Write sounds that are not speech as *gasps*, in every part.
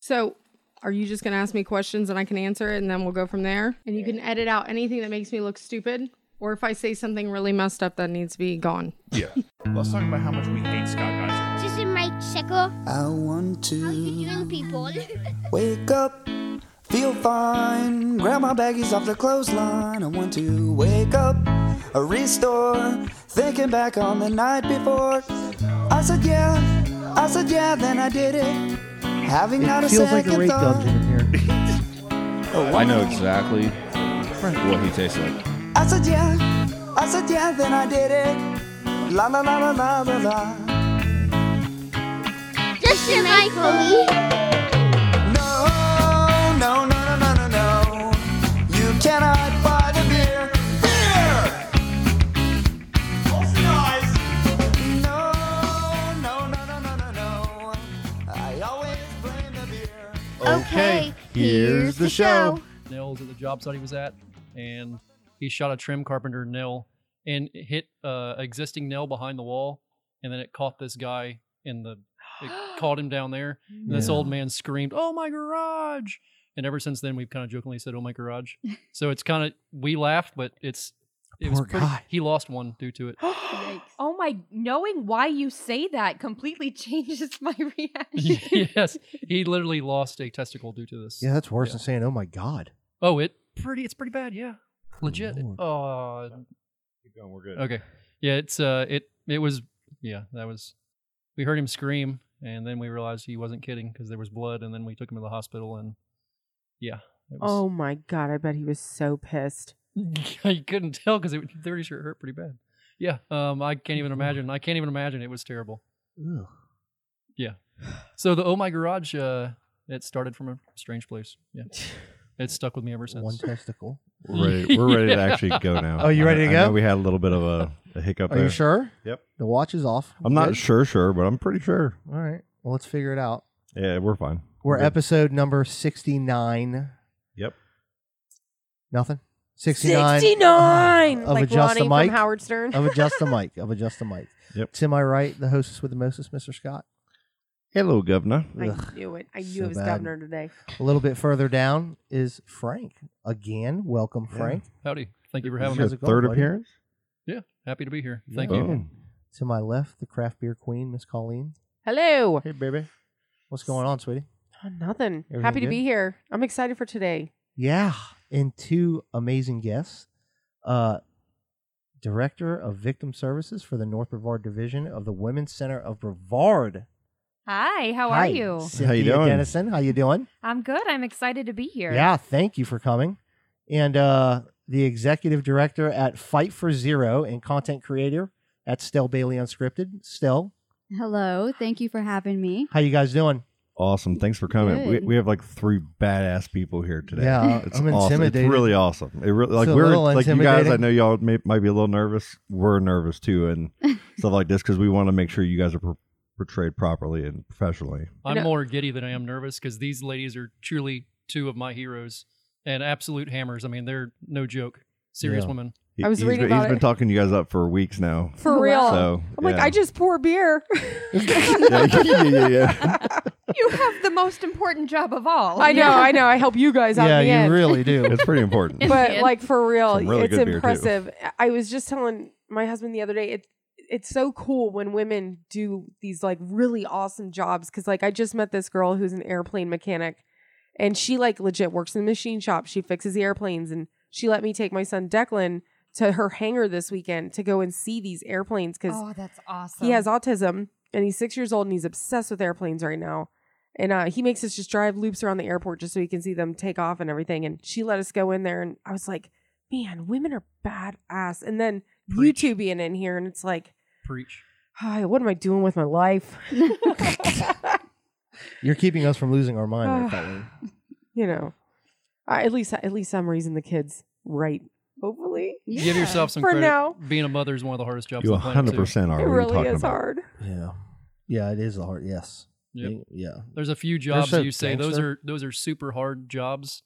So, are you just going to ask me questions and I can answer it and then we'll go from there? And you can edit out anything that makes me look stupid or if I say something really messed up that needs to be gone. Yeah. Let's talk about how much we hate Scott Geiser. This is Mike Sickle. I want How you to doing, *laughs* people? wake up, feel fine, grab my baggies off the clothesline. I want to wake up, a restore, thinking back on the night before. I said yeah, I said yeah, then I did it. Having not a It feels like second a rape thought. dungeon in here. I know exactly what he tastes like. I said yeah, I said yeah, then I did it. La la la la la la la. this is Michael. No, no, no, no, no, no, no. You cannot buy the beer. Beer! No, no, no, no, no, no, no. I always blame the beer. Okay, here's the show. Nils at the job site he was at, and he shot a trim carpenter nail and it hit uh, existing nail behind the wall, and then it caught this guy in the. *gasps* It caught him down there. And This old man screamed, "Oh my garage!" And ever since then, we've kind of jokingly said, "Oh my garage." so it's kind of we laugh, but it's it was Poor pretty, guy. he lost one due *gasps* to it. *laughs* Oh my! Knowing why you say *laughs* that completely changes my reaction. *laughs* yes, he literally lost a testicle due to this. Yeah, that's worse than saying, "Oh my God." Oh, it pretty. It's pretty bad. Yeah, legit. Lord. Oh, Keep going, we're good. Okay. Yeah, it's uh it it was yeah, that was we heard him scream and then we realized he wasn't kidding because there was blood and then we took him to the hospital and yeah. It Oh my god! I bet he was so pissed. *laughs* I couldn't tell because it thirty sure it hurt pretty bad. Yeah, um I can't even imagine. I can't even imagine it was terrible. Ugh. So the Oh My Garage uh it started from a strange place. Yeah. It stuck with me ever since. One testicle. We're ready, we're ready to actually *laughs* go now. Oh, you ready to I- I know go? we had a little bit of a, a hiccup Are there. you sure? Yep. The watch is off. I'm not Good? sure, sure, but I'm pretty sure. All right. Well, let's figure it out. Yeah, we're fine. We're good. episode number sixty-nine. Yep. Nothing. 69. Sixty-nine. *sighs* Of like adjust Ronnie the mic. from Howard Stern. of adjust the mic. Of adjust the mic. Yep. To my right, the hostess with the mostest, Mr. Scott. Hello, Governor. Ugh. *laughs* I knew it. I knew so it was bad. governor today. A little bit further down is Frank. Again, welcome, Yeah. Frank. Howdy. Thank you for This having your me. How's it going, third buddy? appearance. Happy to be here. Thank Yeah. you. Boom. To my left, the craft beer queen, Miss Colleen. Hello. Hey, baby. What's going on, sweetie? Oh, nothing. Everything Happy to good? be here. I'm excited for today. Yeah, and two amazing guests. Uh, Director of Victim Services for the North Brevard Division of the Women's Center of Brevard. Hi, how Hi, are you? Cynthia How you doing? Dennison, how you doing? I'm good. I'm excited to be here. Yeah, thank you for coming. And uh, the Executive Director at Fight for Zero and content creator at Stell Bailey Unscripted. Stell, Hello, thank you for having me. how you guys doing? Awesome. Thanks for coming. We, Good. we have like three badass people here today. Yeah, it's I'm awesome. intimidated. It's really awesome. It really like It's a we're little like you guys. I intimidating. know y'all may, might be a little nervous. We're nervous too, *laughs* and stuff like this because we want to make sure you guys are per- portrayed properly and professionally. I'm know- more giddy than I am nervous because these ladies are truly two of my heroes and absolute hammers. I mean, they're no joke, serious Yeah. women. He, I was he's been, reading about he's been it. talking you guys up for weeks now. For Oh, real. wow. So I'm like, I just pour beer. *laughs* *laughs* yeah, yeah, yeah, yeah. *laughs* You have the most important job of all. I know, I know. I help you guys out yeah, in the you end. really do. It's pretty *laughs* important. but Yeah. like for real, Some really it's good beer, too. impressive. I was just telling my husband the other day, it it's so cool when women do these like really awesome jobs because like I just met this girl who's an airplane mechanic, and she like legit works in the machine shop. She fixes the airplanes, and she let me take my son Declan to her hangar this weekend to go and see these airplanes because Oh, that's awesome. he has autism and he's six years old and he's obsessed with airplanes right now. And uh, he makes us just drive loops around the airport just so he can see them take off and everything. And she let us go in there, and I was like, man, women are badass. And then Preach. you two being in here, and it's like, Preach. "Hi, what am I doing with my life? *laughs* *laughs* You're keeping us from losing our *sighs* mind. there, Colleen. you know, uh, at least at least I'm raising the kids right. Hopefully, Give yourself some For credit. now. Being a mother is one of the hardest jobs you on the planet. 100 Too. percent are. What are it you really talking is about? hard. Yeah. Yeah, it is a hard yes. Yep. They- Yeah. There's a few jobs so you say those gangster. are those are super hard jobs,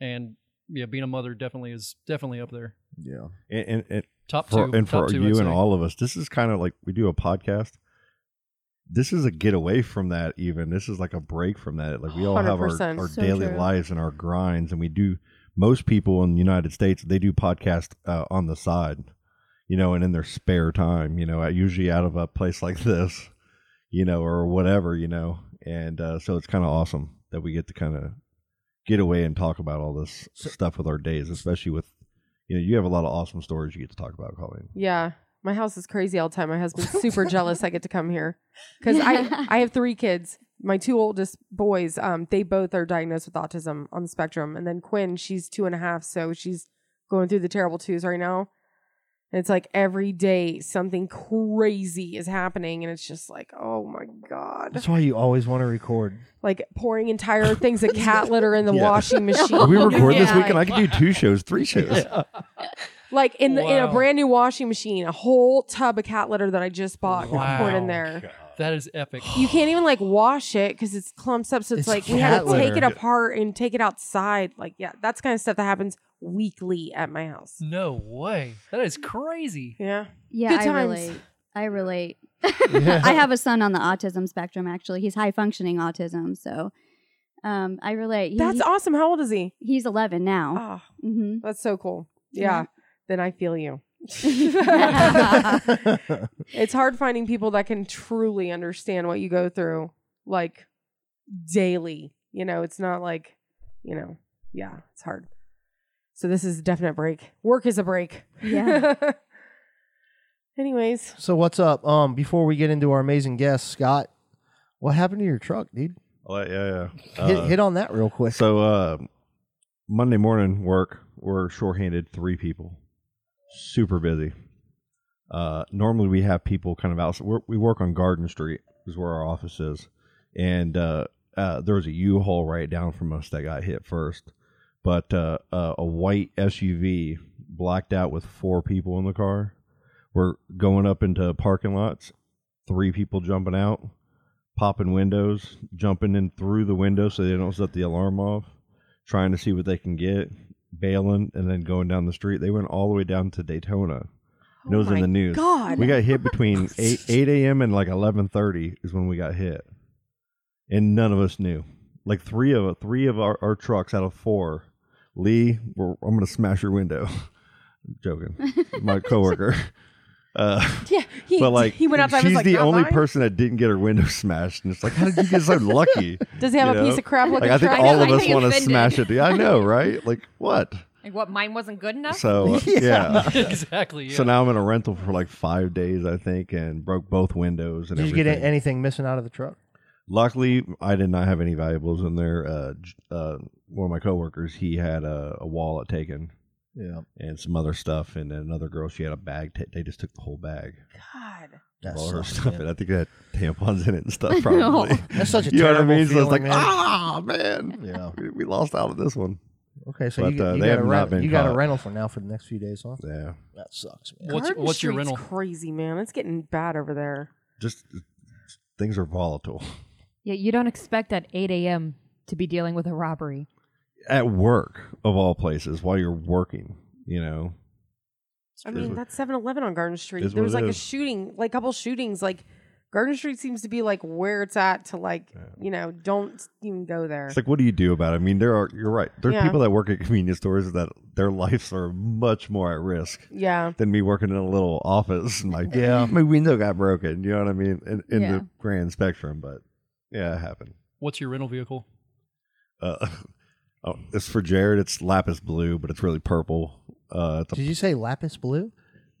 and yeah, being a mother definitely is definitely up there. Yeah. And, and, and Top for two, and top for two, I'd you and say. all of us, this is kind of like we do a podcast. this is a getaway from that even this is like a break from that like we all have our, 100%. our So daily true. lives and our grinds and we do most people in the united states they do podcast uh, on the side you know and in their spare time you know usually out of a place like *laughs* this you know or whatever you know and uh, so it's kind of awesome that we get to kind of get away and talk about all this stuff with our days especially with you know you have a lot of awesome stories you get to talk about colleen *laughs* Yeah. My house is crazy all the time. My husband's super jealous I get to come here because *laughs* I I have three kids. My two oldest boys, um, they both are diagnosed with autism on the spectrum, and then Quinn, she's two and a half, so she's going through the terrible twos right now. And it's like every day something crazy is happening, and it's just like, oh my god, That's why you always want to record. like pouring entire things of cat litter in the Yeah. washing machine. we record this Yeah. weekend i could do two shows *laughs* three shows Like in the, in a Wow. brand new washing machine, a whole tub of cat litter that I just bought got poured Wow. in there. That is *sighs* epic. you can't even like wash it because it's clumps up. So It's it's, like we had cat to take it litter. apart and take it outside. Like yeah, that's kind of stuff that happens weekly at my house. *gasps* No way. That is crazy. Yeah, Yeah, Good I times. relate. I relate. Yeah. *laughs* I have a son on the autism spectrum. Actually, he's high functioning autism, so um, I relate. He- that's he- awesome. How old is he? He's 11 now. Ah, hmm that's so cool. Yeah, Yeah. then I feel you. yeah, it's hard finding people that can truly understand what you go through, like daily. You know, it's not like, you know, yeah, it's hard. So this is a definite break. Work is a break. Yeah. *laughs* Anyways, So what's up? Um, before we get into our amazing guest, Scott, what happened to your truck, dude? Oh, yeah, yeah. hit, Uh, hit on that real quick. So uh, Monday morning work, we're shorthanded three people. Super busy. Uh, normally we have people kind of out. We're, we work on Garden Street, is where our office is, and uh, uh, there was a U-Haul right down from us that got hit first. But uh, uh, a white SUV blacked out with four people in the car. We're going up into parking lots. Three people jumping out popping windows, jumping in through the window so they don't set the alarm off, trying to see what they can get, bailing, and then going down the street. They went all the way down to Daytona. And it Oh was in the news. God. We got hit between eight eight a.m. and like eleven thirty is when we got hit, and none of us knew. Like three of three of our, our trucks out of four. Lee, we're, I'm gonna smash your window. *laughs* Joking, *laughs* *laughs* my coworker. Uh, yeah, he, but like he went up. she's I was like, the "Not only mine." person that didn't get her window *laughs* smashed, and it's like, how did you get so lucky? *laughs* Does he have you a know? piece of crap looking Like I think truck? know, all of I'd us be want to offended. smash it. Yeah, I *laughs* know, right? Like what? Like what? Mine wasn't good enough. So uh, yeah. *laughs* exactly. Yeah. So now I'm in a rental for like five days, I think, and broke both windows and Did you everything. get a- anything missing out of the truck? Luckily, I did not have any valuables in there. Uh, j- uh, one of my coworkers, he had a, a wallet taken Yeah, and some other stuff, and then another girl, she had a bag. ta they just took the whole bag. God. of that's all her *laughs* sucks, stuff, man. and I think that tampons in it and *laughs* stuff. Probably. That's such *laughs* a you know what I terrible mean? so it's feeling, like, man. ah, man, Yeah. we- we lost out of this one. Okay, so But, you, got- uh, you they got have a not rental. been You got a caught. rental for now for the next few days, huh? Yeah, That sucks, man. What's- Garden what's your Street's rental? Crazy man, it's getting bad over there. just things are volatile Yeah, you don't expect at 8 a.m. to be dealing with a robbery. at work of all places while you're working. You know, I Is mean, what- that's 7-Eleven on Garden Street. is There what was it like a is. shooting, like a couple shootings. Like Garden Street seems to be like where it's at to like, you know, don't even go there. it's like, what do you do about it? I mean, there are you're right. There are Yeah. people that work at convenience stores that their *laughs* lives are much more at risk yeah. than me working in a little office. *laughs* And like, Yeah. my window got broken. You know what I mean? In, in Yeah. the grand spectrum, but yeah, it happened. What's your rental vehicle? Uh, *laughs* oh, it's for Jared. It's lapis blue, but it's really purple. Uh, it's a Did you say lapis blue?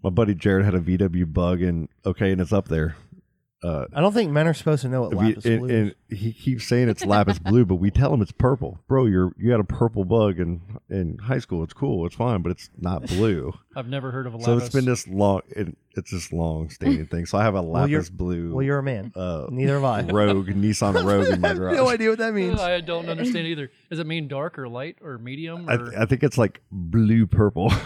my buddy Jared had a VW bug, and okay, and it's up there. Uh, I don't think men are supposed to know what if you- lapis and, blue is. and he keeps saying it's lapis blue, but *laughs* we tell him it's purple, bro. You're you had a purple bug in in high school. It's cool, it's fine, but it's not blue. I've never heard of a so Lapis. it's been this long. It, it's this long standing thing. So I have a Well, lapis you're- blue. Well, you're *laughs* a man. uh, Neither have I. rogue Nissan Rogue *laughs* in my garage. idea what that Uh, I don't understand either. Does it mean dark or light or medium? I, Or th- I think it's like blue purple. *laughs*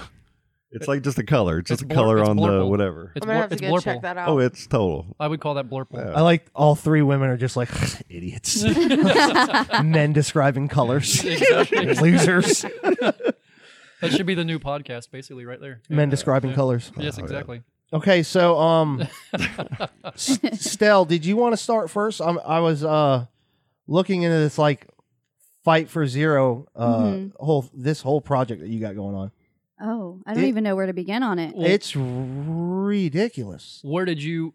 it's like just a color. It's just It's a blur- color it's on the blurple. whatever. it's I'm gonna blur- have to it's go blurple. check that out. oh, it's total. I would call that blurple. Yeah. I like all three women are just like *laughs* *laughs* idiots. Men describing *laughs* *laughs* colors. Losers. That should be the new podcast, basically, right there. Men describing colors. Yes, Oh, yeah. exactly. Okay, so um, *laughs* S- Stell, did you want to start first? I'm, I was uh looking into this like fight for zero uh Mhm. whole this whole project that you got going on. Oh, I don't It- even know where to begin on it. it's ridiculous. Where did you?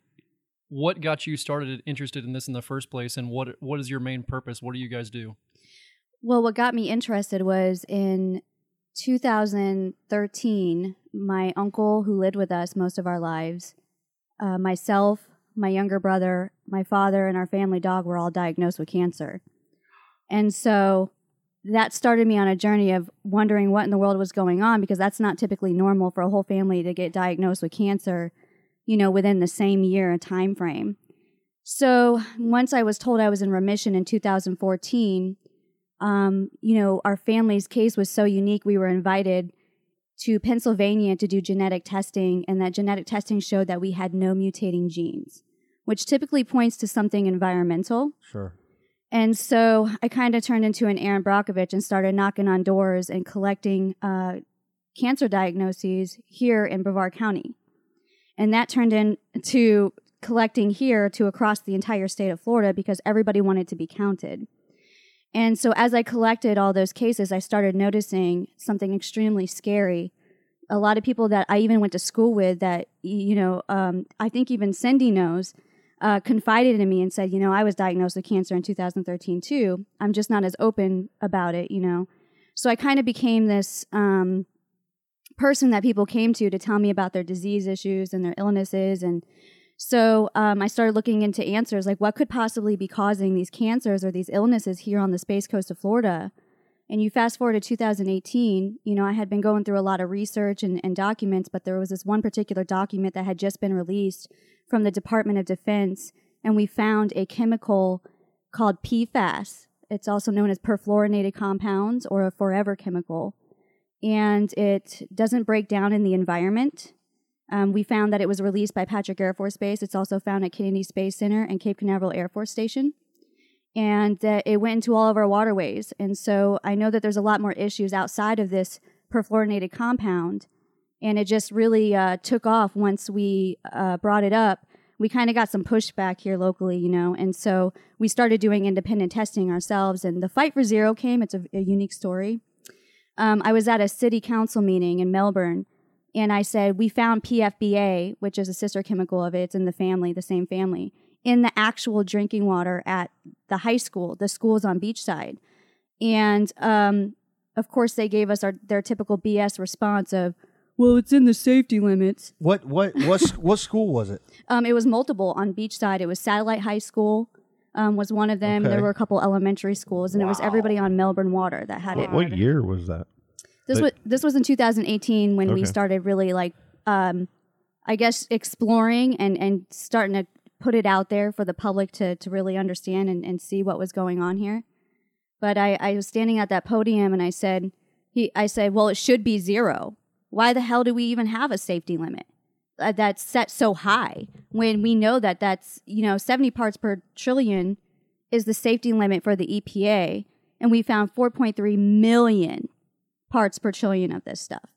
What got you started and interested in this in the first place? And what what is your main purpose? What do you guys do? Well, what got me interested was in 2013, my uncle, who lived with us most of our lives, uh, myself, my younger brother, my father, and our family dog were all diagnosed with cancer. And so that started me on a journey of wondering what in the world was going on because that's not typically normal for a whole family to get diagnosed with cancer, you know, within the same year time frame. So once I was told I was in remission in 2014, um, you know, our family's case was so unique, we were invited to Pennsylvania to do genetic testing, and that genetic testing showed that we had no mutating genes, which typically points to something environmental. Sure. And so I kind of turned into an Aaron Brockovich and started knocking on doors and collecting uh, cancer diagnoses here in Brevard County. And that turned into collecting here to across the entire state of Florida because everybody wanted to be counted. And so as I collected all those cases, I started noticing something extremely scary. A lot of people that I even went to school with that, y- you know, um, I think even Cindy knows, uh, confided in me and said, you know, I was diagnosed with cancer in 2013 too. I'm just not as open about it, you know. So I kind of became this um, person that people came to to tell me about their disease issues and their illnesses and so um, I started looking into answers like what could possibly be causing these cancers or these illnesses here on the space coast of Florida. And you fast forward to 2018, you know, I had been going through a lot of research and, and documents, but there was this one particular document that had just been released from the Department of Defense, and we found a chemical called PFAS. It's also known as perfluorinated compounds or a forever chemical. And it doesn't break down in the environment. Um, we found that it was released by Patrick Air Force Base. It's also found at Kennedy Space Center and Cape Canaveral Air Force Station. And that it went into all of our waterways. And so I know that there's a lot more issues outside of this perfluorinated compound. And it just really uh, took off once we uh, brought it up. We kind of got some pushback here locally, you know. And so we started doing independent testing ourselves. And the fight for zero came. It's a, a unique story um, I was at a city council meeting in Melbourne, and I said, We found PFBA, which is a sister chemical of it, it's in the family, the same family, in the actual drinking water at the high school. The school's on Beachside. And um, of course, they gave us our, their typical BS response of, Well, it's in the safety limits. What what what s- what school was it? Um, it was multiple on Beachside. It was Satellite High School. Um, was one of them. Okay. There were a couple elementary schools, and it was everybody on Melbourne Water that had it. What, what year was that? This was Like- this was in 2018 when we Okay. started really like, um, I guess exploring and and starting to put it out there for the public to to really understand and, and see what was going on here. But I I was standing at that podium and I said he I said well it should be zero. Why the hell do we even have a safety limit uh, that's set so high when we know that that's you know 70 parts per trillion is the safety limit for the EPA and we found 4.3 million parts per trillion of this stuff.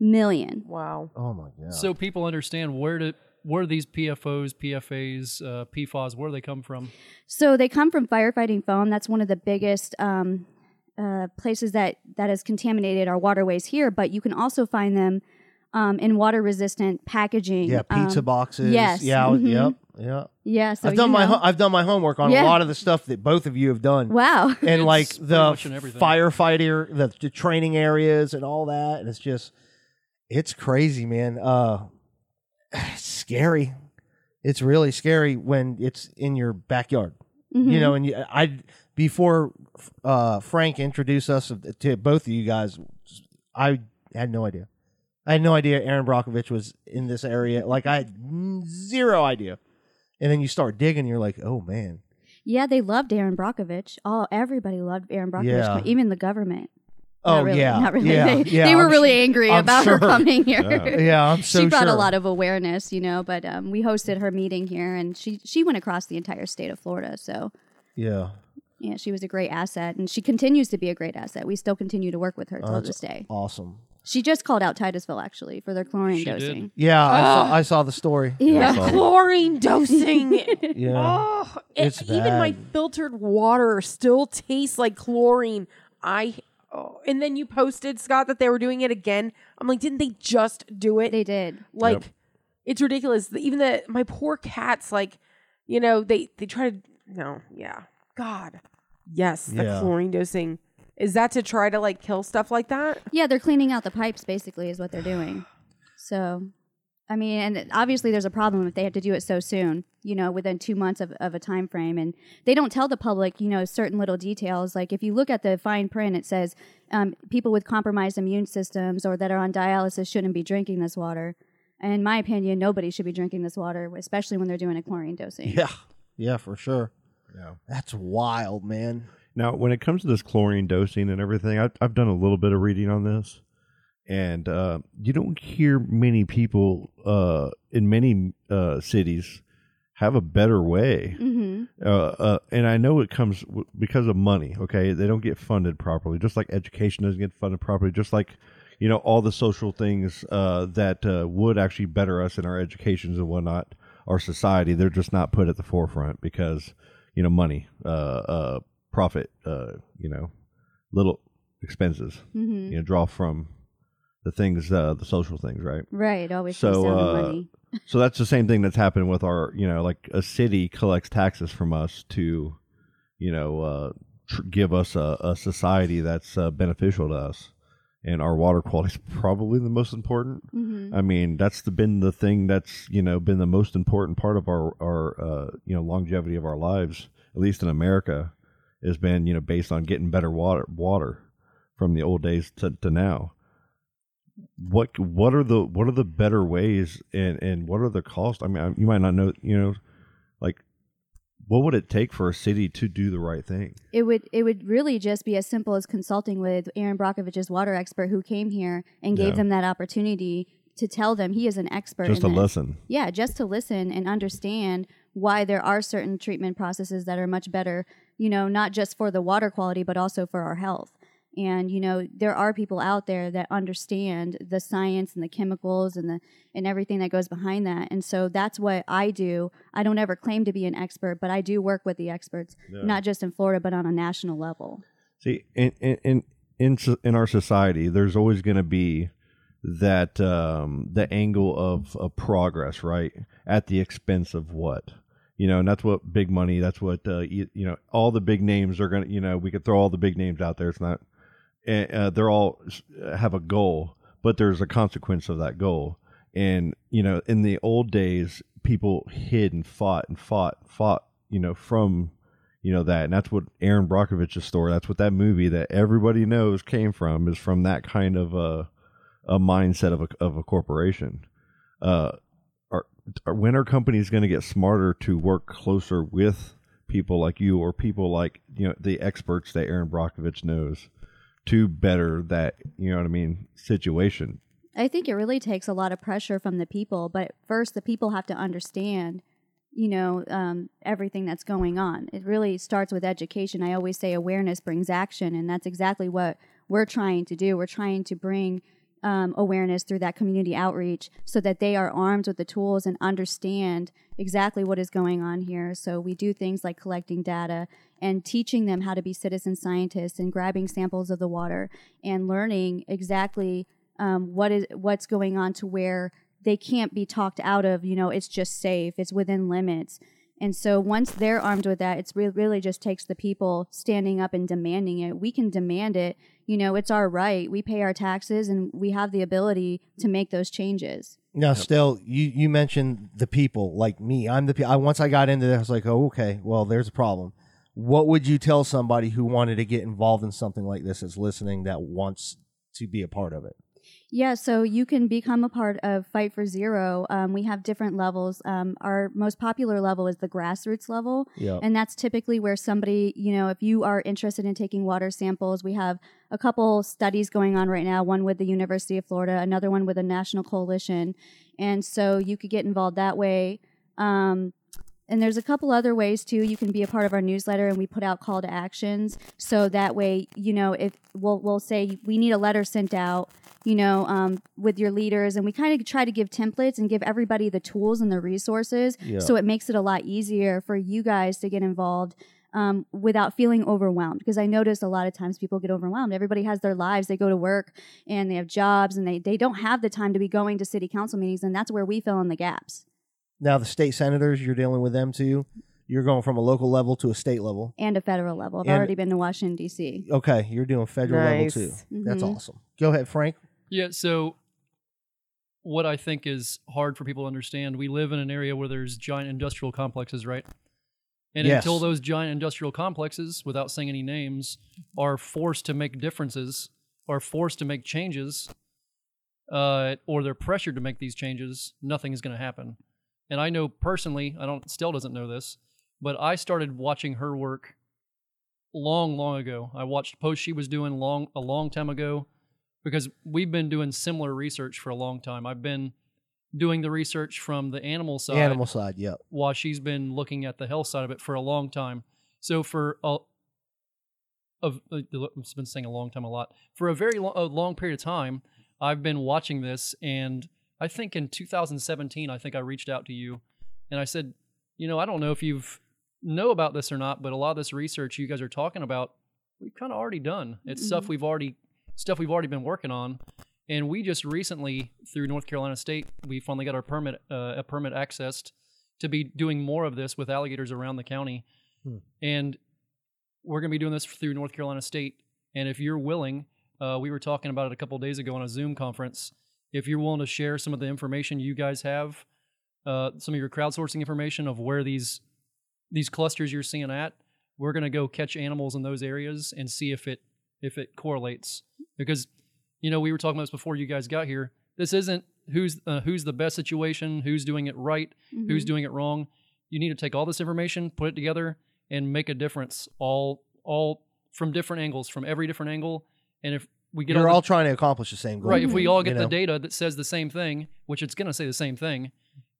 Million. Wow. Oh my god. So people understand where to where these PFOs, PFAs, uh, PFAS, where they come from. So they come from firefighting foam. That's one of the biggest um, uh, places that that has contaminated our waterways here. But you can also find them um, in water resistant packaging. Yeah, pizza um, boxes. Yes. Yeah. I was- mhm. Yep. Yeah. Yeah. So I've done you my know. ho- I've done my homework on Yeah. a lot of the stuff that both of you have done. Wow. And like the much in everything. firefighter, the, the training areas, and all that, and it's just, it's crazy, man. Uh, *sighs* it's scary. It's really scary when it's in your backyard. You Mhm. know, and you, I before uh, Frank introduced us to both of you guys, I had no idea. I had no idea Aaron Brockovich was in this area. Like I had zero idea. And then you start digging, you're like, oh *laughs* man, Yeah, they loved Aaron Brockovich. Oh, everybody loved Aaron Brockovich, Yeah. even the government. Oh Not really, yeah, not really. Yeah, they, yeah, they were I'm really su- angry I'm about her sure. coming here. Yeah, Yeah, I'm so she brought a sure. lot of awareness, you know. But um, we hosted her meeting here, and she she went across the entire state of Florida. So Yeah, yeah, she was a great asset, and she continues to be a great asset. We still continue to work with her Oh, till that's this day. awesome. She just called out Titusville actually for their chlorine She did. dosing. Yeah, I, Ugh. saw, I saw the story. Ah. *laughs* Yeah. The *laughs* chlorine dosing. *laughs* Yeah. *laughs* Oh, it- It's Oh, even my bad. filtered water still tastes like chlorine. I. Oh, and then you posted Scott that they were doing it again. I'm like, didn't they just do it? They did. Like, it's ridiculous. The- Even the my poor cats, like, you know, they they try to no, yeah, God, yes, the Yeah. chlorine dosing is that to try to like kill stuff like that? Yeah, they're cleaning out the pipes basically is what they're doing. So, I mean, and obviously there's a problem if they have to do it so soon, you know, within two months of, of a time frame. And they don't tell the public, you know, certain little details. Like if you look at the fine print, it says um, people with compromised immune systems or that are on dialysis shouldn't be drinking this water. And in my opinion, nobody should be drinking this water, especially when they're doing a chlorine dosing. Yeah. Yeah, for sure. Yeah. That's wild, man. Now, when it comes to this chlorine dosing and everything, I've, I've done a little bit of reading on this, and uh, you don't hear many people uh, in many uh, cities have a better way. Mm-hmm. Uh, uh, and I know it comes w- because of money. Okay, they don't get funded properly, just like education doesn't get funded properly, just like you know all the social things uh, that uh, would actually better us in our educations and whatnot, our society. They're just not put at the forefront because you know money, uh, uh, profit, uh, you know, little expenses. Mhm. You know, draw from the things, uh, the social things, right? Right. Always So, comes down uh, to money. So that's the same thing that's happened with our, you know, like a city collects taxes from us to, you know, uh, tr- give us a, a society that's uh, beneficial to us. And our water quality is probably the most important. hmm I mean, that's the, been the thing that's, you know, been the most important part of our, our uh, you know, longevity of our lives, at least in America, has been, you know, based on getting better water, water from the old days to, to now what what are the what are the better ways and and what are the costs? I mean, I, you might not know, you know, like what would it take for a city to do the right thing? It would it would really just be as simple as consulting with Aaron Brockovich's water expert who came here and gave Yeah. them that opportunity to tell them he is an expert. Just a in this. lesson. Yeah, just to listen and understand why there are certain treatment processes that are much better, you know, not just for the water quality, but also for our health. And you know, there are people out there that understand the science and the chemicals and the and everything that goes behind that. And so that's what I do. I don't ever claim to be an expert, but I do work with the experts, not just in Florida, but on a national level. See, in in in in, so- in our society, there's always going to be that um, the angle of, of progress, right, at the expense of what you know, and that's what big money. That's what uh, you, you know. All the big names are going to, you know, we could throw all the big names out there. It's not and uh, they're all uh, have a goal, but there's a consequence of that goal. And you know, in the old days, people hid and fought and fought, fought, you know, from you know that, and that's what Aaron Brockovich's story. That's what that movie that everybody knows came from is from that kind of a a mindset of a of a corporation. Uh, are, are when are companies going to get smarter to work closer with people like you or people like you know the experts that Aaron Brockovich knows? to better that you know what I mean situation. I think it really takes a lot of pressure from the people, but first the people have to understand, you know, um, everything that's going on. It really starts with education. I always say awareness brings action, and that's exactly what we're trying to do. We're trying to bring um, awareness through that community outreach so that they are armed with the tools and understand exactly what is going on here. So we do things like collecting data and teaching them how to be citizen scientists and grabbing samples of the water and learning exactly um, what is what's going on to where they can't be talked out of. You know, it's just safe. It's within limits. And so once they're armed with that, it's re- really just takes the people standing up and demanding it. We can demand it. You know, it's our right. We pay our taxes and we have the ability to make those changes. Now, still, you you mentioned the people like me. I'm the pe- I once I got into this, I was like, oh, okay, well, there's a problem. What would you tell somebody who wanted to get involved in something like this, is listening that wants to be a part of it? Yeah, so you can become a part of Fight for Zero. Um, we have different levels. Um, our most popular level is the grassroots level. Yeah. And that's typically where somebody, you know, if you are interested in taking water samples, we have a couple studies going on right now one with the University of Florida, another one with a national coalition. And so you could get involved that way. Um, And there's a couple other ways too. You can be a part of our newsletter, and we put out call to actions. So that way, you know, if we'll we'll say we need a letter sent out, you know, um, with your leaders, and we kind of try to give templates and give everybody the tools and the resources, Yeah. so it makes it a lot easier for you guys to get involved. Um, without feeling overwhelmed because i notice a lot of times people get overwhelmed everybody has their lives they go to work and they have jobs and they, they don't have the time to be going to city council meetings and that's where we fill in the gaps Now the state senators, you're dealing with them too. You're going from a local level to a state level. and a federal level. I've And- already been to Washington D.C. Okay, you're doing federal Nice. level too. That's Mhm. awesome. Go ahead, Frank. Yeah. So, what I think is hard for people to understand, we live in an area where there's giant industrial complexes, right? And Yes. until those giant industrial complexes, without saying any names, are forced to make differences, are forced to make changes, uh, or they're pressured to make these changes, nothing is going to happen. And I know personally, I don't still doesn't know this, but I started watching her work long, long ago. I watched posts she was doing long a long time ago because we've been doing similar research for a long time. I've been doing the research from the animal side, Animal side, yep. while she's been looking at the health side of it for a long time. So for a, of I've been saying a long time a lot for a very long, a long period of time, I've been watching this, and I think in 2017, I think I reached out to you, and I said, you know, I don't know if you've know about this or not, but a lot of this research you guys are talking about, we've kind of already done. It's stuff Mhm. we've already stuff we've already been working on, and we just recently through North Carolina State, we finally got our permit uh, a permit accessed to be doing more of this with alligators around the county, Hmm. and we're going to be doing this through North Carolina State. And if you're willing, uh, we were talking about it a couple days ago on a Zoom conference. If you're willing to share some of the information you guys have, uh, some of your crowdsourcing information of where these these clusters you're seeing at, we're going to go catch animals in those areas and see if it if it correlates. Because you know we were talking about this before you guys got here. This isn't who's uh, who's the best situation, who's doing it right, who's Mm-hmm. Mhm. doing it wrong. You need to take all this information, put it together, and make a difference. All all from different angles, from every different angle. And if we get you're all, all the- trying to accomplish the same *laughs* goal. right, if we all get you the know? data that says the same thing, which it's going to say the same thing,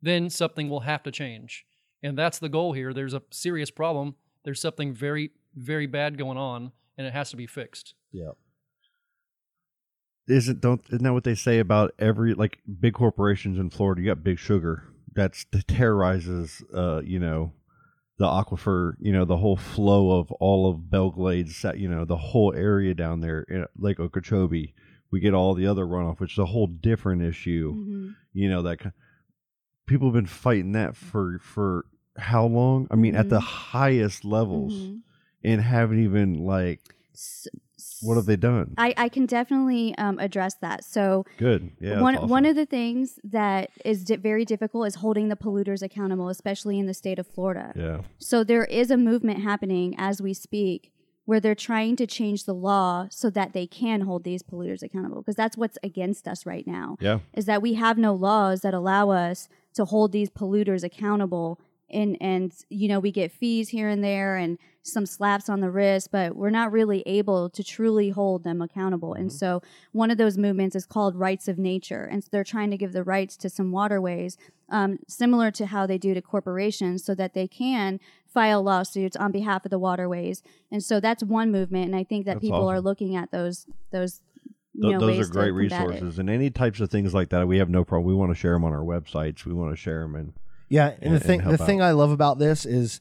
then something will have to change. And that's the goal here. There's a serious problem. There's something very very bad going on, and it has to be fixed. Yeah. Isn't don't isn't that what they say about every like big corporations in Florida? You got Big Sugar that's that terrorizes, uh, you know, the aquifer, you know, the whole flow of all of Belglades, that- you know, the whole area down there, you know, Lake Okeechobee. We get all the other runoff, which is a whole different issue. Mm. Mm-hmm. Mhm. You know that ki- people have been fighting that for for how long? I mean, at the Mhm. highest levels, Mhm. and haven't even like what have they done? I, I can definitely um, address that. So Good. Yeah, that's one awesome. one of the things that is di- very difficult is holding the polluters accountable, especially in the state of Florida. Yeah. So there is a movement happening as we speak where they're trying to change the law so that they can hold these polluters accountable because that's what's against us right now. Yeah. Is that we have no laws that allow us to hold these polluters accountable and and you know we get fees here and there and some slaps on the wrist but we're not really able to truly hold them accountable and Mm-hmm. so one of those movements is called rights of nature and so they're trying to give the rights to some waterways um, similar to how they do to corporations so that they can file lawsuits on behalf of the waterways and so that's one movement and i think that That's people are awesome. looking at those those you Th- know those ways are great to combat it. resources, and any types of things like that, we have no problem. We want to share them on our websites. We want to share them, and Yeah, and, the thing the help thing out. I love about this is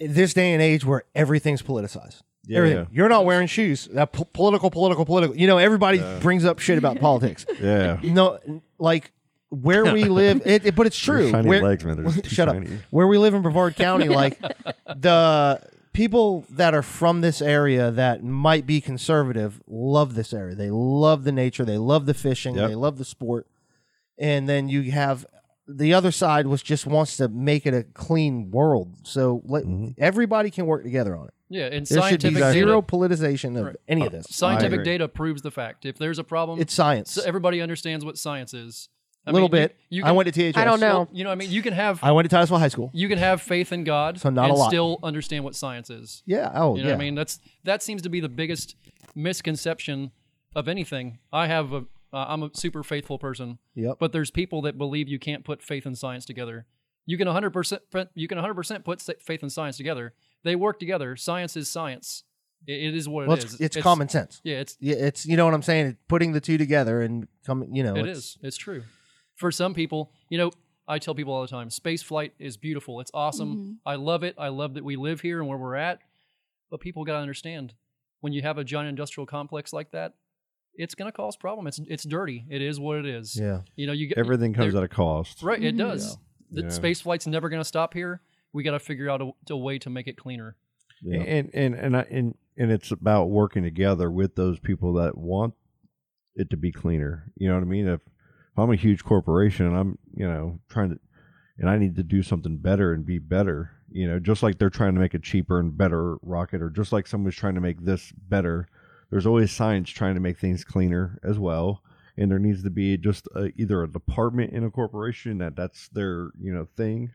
this day and age where everything's politicized. Yeah, Everything. yeah. You're not wearing shoes. That po- political, political, political. You know, everybody brings up shit about politics. Yeah. No, like where *laughs* we live, it, it- but it's Your true. shiny Where- *laughs* legs, man, they're *laughs* just too shut up. shiny. Where we live *laughs* in Brevard County, like the people that are from this area that might be conservative love this area. They love the nature. They love the fishing. Yep. They love the sport. And then you have the other side, which just wants to make it a clean world. So let, Mm-hmm. everybody can work together on it. Yeah, and there should be scientific zero data- politicization of Right. Uh, any of this. Scientific data proves the fact. If there's a problem, It's science. So everybody understands what science is. Little you- bit. I went to THS. I don't know. Well, you know, what I mean, you can have I went to Titusville High School. you can have faith in God, So not a and lot. still understand what science is. Yeah, oh, you know what yeah. I mean, that's that seems to be the biggest misconception of anything. I have a uh, I'm a super faithful person. Yep. But there's people that believe you can't put faith and science together. You can 100% pre- you can 100% put sa- faith and science together. They work together. Science is science. I- it is what well, it is. it's, it's common sense. Yeah, it's Yeah, it's you know what I'm saying. It's putting the two together and coming. You know, it it's, is. It's true. For some people, you know, I tell people all the time, space flight is beautiful. It's awesome. Mm-hmm. I love it. I love that we live here and where we're at. But people got to understand when you have a giant industrial complex like that, it's going to cause problem. It's it's dirty. It is what it is. Yeah. You know, you get Everything comes there- at a cost. Right, it Mhm. does. The Yeah. Yeah. space flight's never going to stop here. We got to figure out a, a way to make it cleaner. and and and, I, and and it's about working together with those people that want it to be cleaner. You know what I mean? If, if I'm a huge corporation and I'm you know trying to and I need to do something better and be better, you know, just like they're trying to make a cheaper and better rocket, or just like someone's trying to make this better. There's always science trying to make things cleaner as well. And there needs to be just a, either a department in a corporation that that's their you know thing,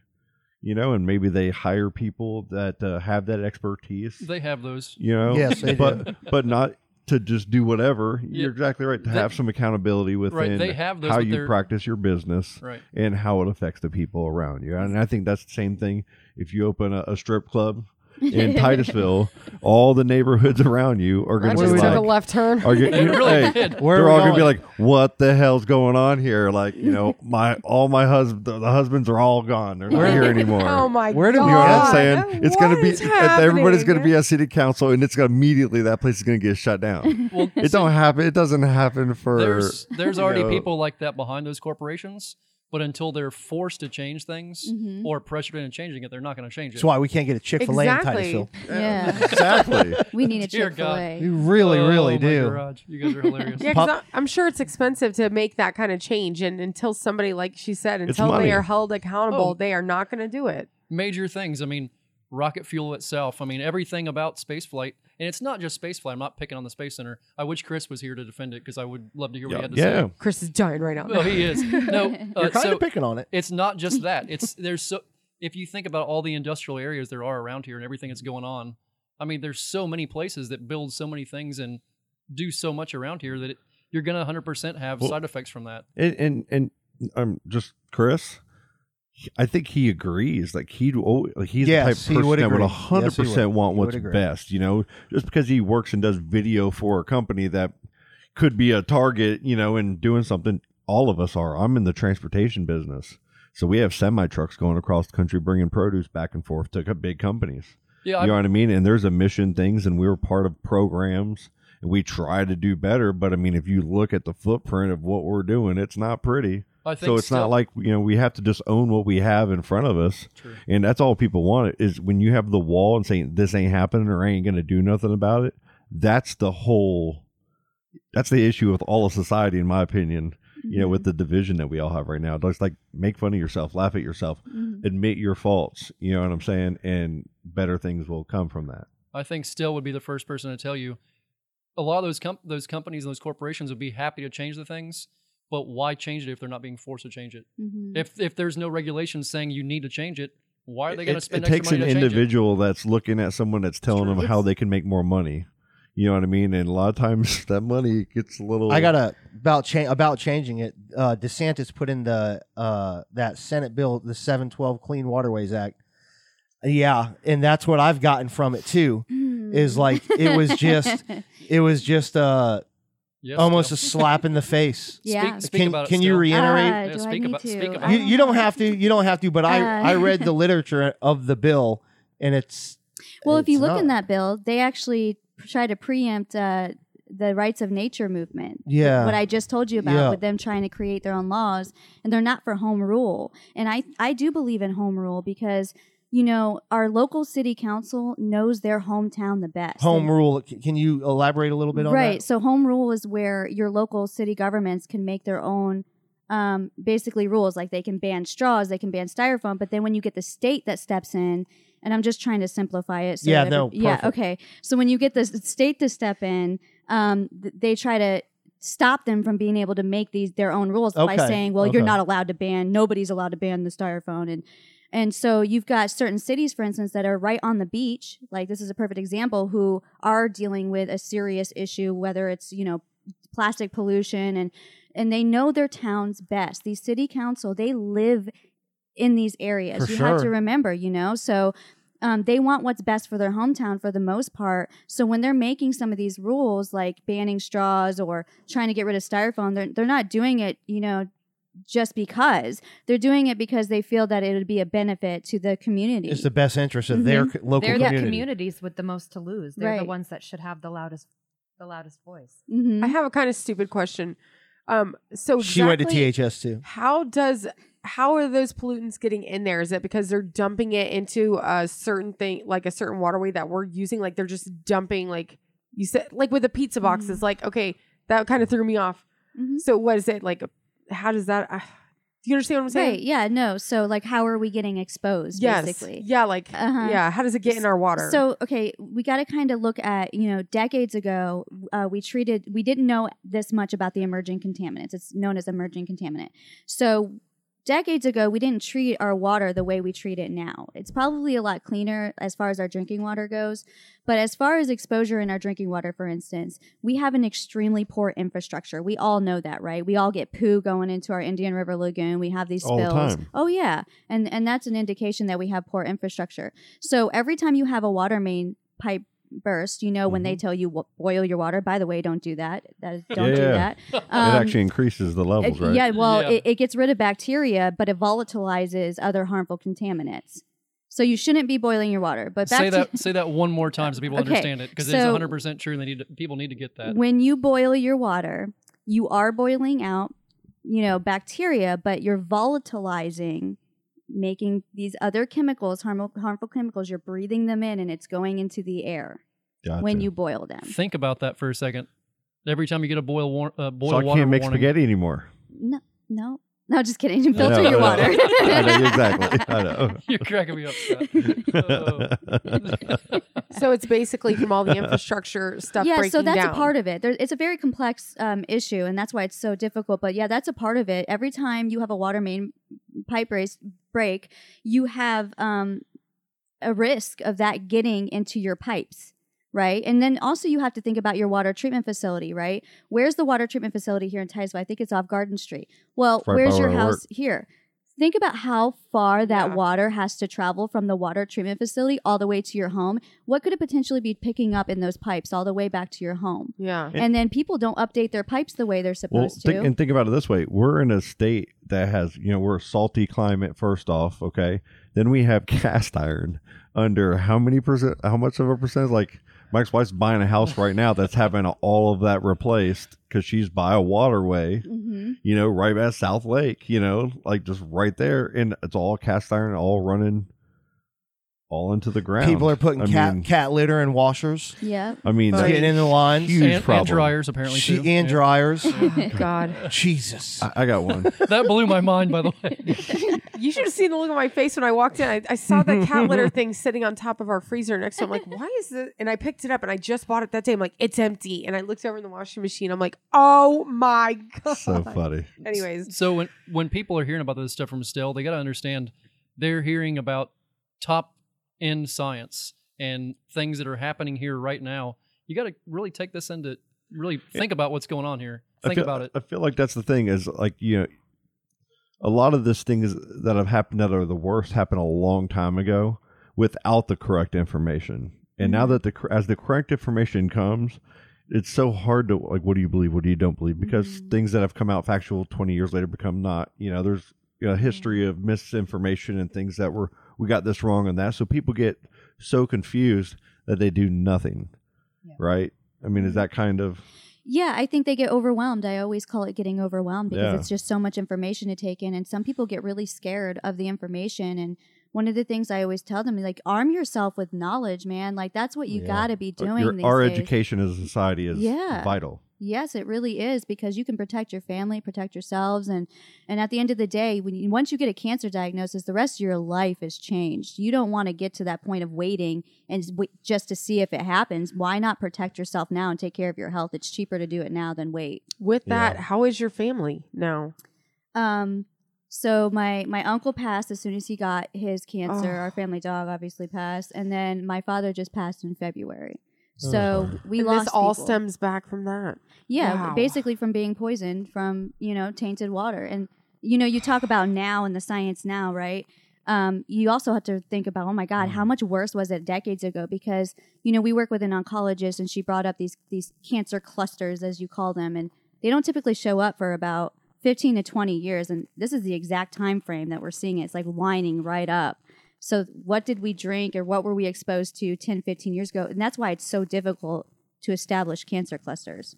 you know, and maybe they hire people that uh, have that expertise. They have those. You know, Yes, they do. but but not to just do whatever. Yeah. You're exactly right to They- have some accountability within they have those, how but you they're- practice your business Right. and how it affects the people around you. And I think that's the same thing if you open a, a strip club *laughs* in Titusville, all the neighborhoods around you are going That to be just took like a left turn. *laughs* Are you, It really hey, did. They're Where are we all going to be going? like, "What the hell's going on here?" Like, you *laughs* know, my all my husband, the husbands are all gone. They're not Where- here anymore. Oh my Where do God. You know what I'm saying? it's going to What be is everybody's going to happening? be at city council, and it's going to immediately that place is going to get shut *laughs* down. Well, it don't happen. It doesn't happen for. There's there's you already know, people like that behind those corporations, but until they're forced to change things Mhm. or pressured into changing it, they're not going to change it. That's why we can't get a Chick Fil A in Titusville. Yeah. Exactly. *laughs* We need a Dear Chick fil God. A. *laughs* You really, Oh, really my do. garage. You guys are *laughs* hilarious. Yeah, 'cause I- I'm sure it's expensive to make that kind of change, and until somebody, like she said, It's until money. they are held accountable, Oh. they are not going to do it. Major things. I mean, rocket fuel itself. I mean, everything about spaceflight. And it's not just spaceflight. I'm not picking on the Space Center. I wish Chris was here to defend it because I would love to hear what he Yeah. had to yeah. say. Chris is dying right now. Well, he is. No, uh, You're kind so- of picking on it. It's not *laughs* just that. It's there's so if you think about all the industrial areas there are around here and everything that's going on, I mean, there's so many places that build so many things and do so much around here that it, you're gonna 100% have Well- side effects from that. and and, and um, just Chris. I think he agrees. Like he, like he's Yes, the he type of would person that would agree. hundred Yes, he would. percent want He would what's agree. best. You know, just because he works and does video for a company that could be a target. You know, and doing something. All of us are. I'm in the transportation business, so we have semi trucks going across the country bringing produce back and forth to co- big companies. Yeah, you I'm- know what I mean. And there's emission things, and we were part of programs. and We try to do better, but I mean, if you look at the footprint of what we're doing, it's not pretty I think so it's still- not like you know we have to just own what we have in front of us True. and that's all people want is when you have the wall and saying this ain't happening or I ain't gonna do nothing about it that's the whole that's the issue with all of society in my opinion Mm-hmm. you know with Mm-hmm. the division that we all have right now just like make fun of yourself laugh at yourself admit your faults you know what i'm saying and better things will come from that I think still would be the first person to tell you a lot of those com- those companies and those corporations would be happy to change the things, but why change it if they're not being forced to change it? Mhm. If if there's no regulations saying you need to change it, why are they going to it, spend it extra takes an money to change it? individual that's looking at someone that's telling them how they can make more money you know what i mean and a lot of times *laughs* that money gets a little I got to about cha- about changing it. Uh, DeSantis put in the uh, that Senate bill, the seven twelve Clean Waterways Act. Yeah, and that's what I've gotten from it too. Mm-hmm. Is like it was *laughs* just it was just uh, Yes, almost no. a slap in *laughs* the face. Yeah. Speak, speak Can- about it can you still. reiterate- Uh, Yeah, do I speak need about- to? speak about I You, you don't have to. You don't have to. But I Uh. I read the literature of the bill, and it's Well, if you it's look in that not- bill, they actually try to preempt uh, the rights of nature movement. Yeah. What I just told you about Yeah. with them trying to create their own laws, and they're not for home rule. And I, I do believe in home rule because, you know, our local city council knows their hometown the best. home rule. C- Can you elaborate a little bit on right. that? So home rule is where your local city governments can make their own um, basically rules. Like they can ban straws, they can ban styrofoam, but then when you get the state that steps in, and I'm just trying to simplify it. So Yeah, that no, every- yeah. perfect. Okay. So when you get the s- state to step in, um, th- they try to stop them from being able to make these their own rules by Okay, saying, "Well, you're okay. not allowed to ban. Nobody's allowed to ban the styrofoam." And and so you've got certain cities, for instance, that are right on the beach. Like this is a perfect example who are dealing with a serious issue, whether it's you know plastic pollution and and they know their towns best. These city council they live in these areas. For you have to sure. remember, you know? So um, they want what's best for their hometown for the most part. So when they're making some of these rules, like banning straws or trying to get rid of styrofoam, they're, they're not doing it, you know, just because. They're doing it because they feel that it would be a benefit to the community. It's the best interest of their Mhm. c- local They're the community. communities with the most to lose. They're the Right. ones that should have the loudest, the loudest voice. Mm-hmm. I have a kind of stupid question. Um, so Mm-hmm. She went to exactly THS too. How does how are those pollutants getting in there? Is it because they're dumping it into a certain thing, like a certain waterway that we're using? Like they're just dumping, like you said, like with the pizza boxes. Mm-hmm. Like okay, that kind of threw me off. So what is it like? How does that? Uh, do you understand what I'm saying? Right. Yeah. No. So, like, how are we getting exposed? Yes. Basically. Yeah. Like Uh-huh. yeah. How does it get in our water? So, okay, we got to kind of look at, you know, decades ago, uh, we treated, we didn't know this much about the emerging contaminants. It's known as emerging contaminant. So, decades ago, we didn't treat our water the way we treat it now. It's probably a lot cleaner as far as our drinking water goes. But as far as exposure in our drinking water, for instance, we have an extremely poor infrastructure. We all know that, right? We all get poo going into our Indian River Lagoon. We have these All the spills. time. Oh yeah, and and that's an indication that we have poor infrastructure. So every time you have a water main pipe burst, you know when Mm-hmm. they tell you "Wo- boil your water. By the way, don't do that. That is, don't do that. *laughs* it Um, actually increases the levels, it- right? Yeah, well, It, it gets rid of bacteria, but it volatilizes other harmful contaminants. So you shouldn't be boiling your water. But back say to that say that one more time so people Okay, understand it because it's so- 100 percent true and they need to, people need to get that. when you boil your water, you are boiling out, you know, bacteria, but you're volatilizing, making these other chemicals, harmful, harmful chemicals, you're breathing them in and it's going into the air when Gotcha. you boil them. Think about that for a second. Every time you get a boil, war- uh, boil so I water can't make warning- spaghetti anymore. *laughs* No, no, no, just kidding. *laughs* You I filter know, your I know. water. I *laughs* know, exactly. I know. *laughs* You're cracking me up. *laughs* Scott. Oh. so it's basically from all the infrastructure stuff. yeah, breaking so that's down. a part of it. There, it's a very complex um, issue, and that's why it's so difficult. But yeah, that's a part of it. Every time you have a water main pipe race break, you have um, a risk of that getting into your pipes. Right. And then also you have to think about your water treatment facility, right? Where's the water treatment facility here in Titusville? I think it's off Garden Street. Well, It's right by where's your where I house work. here? Think about how far that water has to travel from the water treatment facility all the way to your home. What could it potentially be picking up in those pipes all the way back to your home? Yeah. And then people don't update their pipes the way they're Well, supposed think, to. and think about it this way: we're in a state that has, you know, we're a salty climate. First off, okay, then we have *laughs* cast iron under how many percent? How much of a percent? Like Mike's wife's buying a house right now that's having all of that replaced because she's by a waterway, Mhm. you know, right at South Lake, you know, like just right there, and it's all cast iron, all running, all into the ground. People are putting I cat mean- cat litter in washers. Yeah. *laughs* I mean, It's that's getting in the lines. huge And- and problem. dryers, apparently, She- too. *laughs* And Yeah. dryers. Oh, God. Jesus. I, I got one. that blew my mind, *laughs* by the way. You should have seen the look on my face when I walked in. I, I saw that cat litter thing sitting on top of our freezer next to. it. I'm like, why is it? And I picked it up and I just bought it that day. I'm like, it's empty. And I looked over in the washing machine. I'm like, oh my god. *laughs* Oh So funny. Anyways, So when when people are hearing about this stuff from Estelle, they got to understand they're hearing about top end science and things that are happening here right now. You got to really take this into really think about what's going on here. I Think feel- about it. I feel like that's the thing is like you know, a lot of this things that have happened that are the worst happened a long time ago without the correct information. And Mm-hmm. now that the cor- as the correct information comes, it's so hard to like what do you believe, what do you don't believe because Mm-hmm. things that have come out factual 20 years later become not, you know, there's a history Mm-hmm. of misinformation and things that were we got this wrong and that so people get so confused that they do nothing. Right? I mean, Mm-hmm. is that kind of *laughs* yeah, I think they get overwhelmed. I always call it getting overwhelmed because Yeah. it's just so much information to take in. And some people get really scared of the information. And one of the things I always tell them is like, arm yourself with knowledge, man. Like, that's what you Yeah. got to be Uh, doing. your- these our days. education as a society is Yeah. vital. Yes, it really is because you can protect your family, protect yourselves, and and at the end of the day, when you, once you get a cancer diagnosis, the rest of your life is changed. You don't want to get to that point of waiting and s- wait just to see if it happens. Why not protect yourself now and take care of your health? It's cheaper to do it now than wait. with that, how is your family now? Um, so my my uncle passed as soon as he got his cancer. Our family dog obviously passed, and then my father just passed in February. So we And lost. This all people. stems back from that. Yeah, Wow. basically from being poisoned from, you know, tainted water. And you know, you talk about now and the science now, right? Um, you also have to think about, oh my God, how much worse was it decades ago? Because you know, we work with an oncologist, and she brought up these these cancer clusters, as you call them, and they don't typically show up for about fifteen to twenty years, and this is the exact time frame that we're seeing it. It's like lining right up. So, what did we drink or what were we exposed to 10, 15 years ago? And that's why it's so difficult to establish cancer clusters.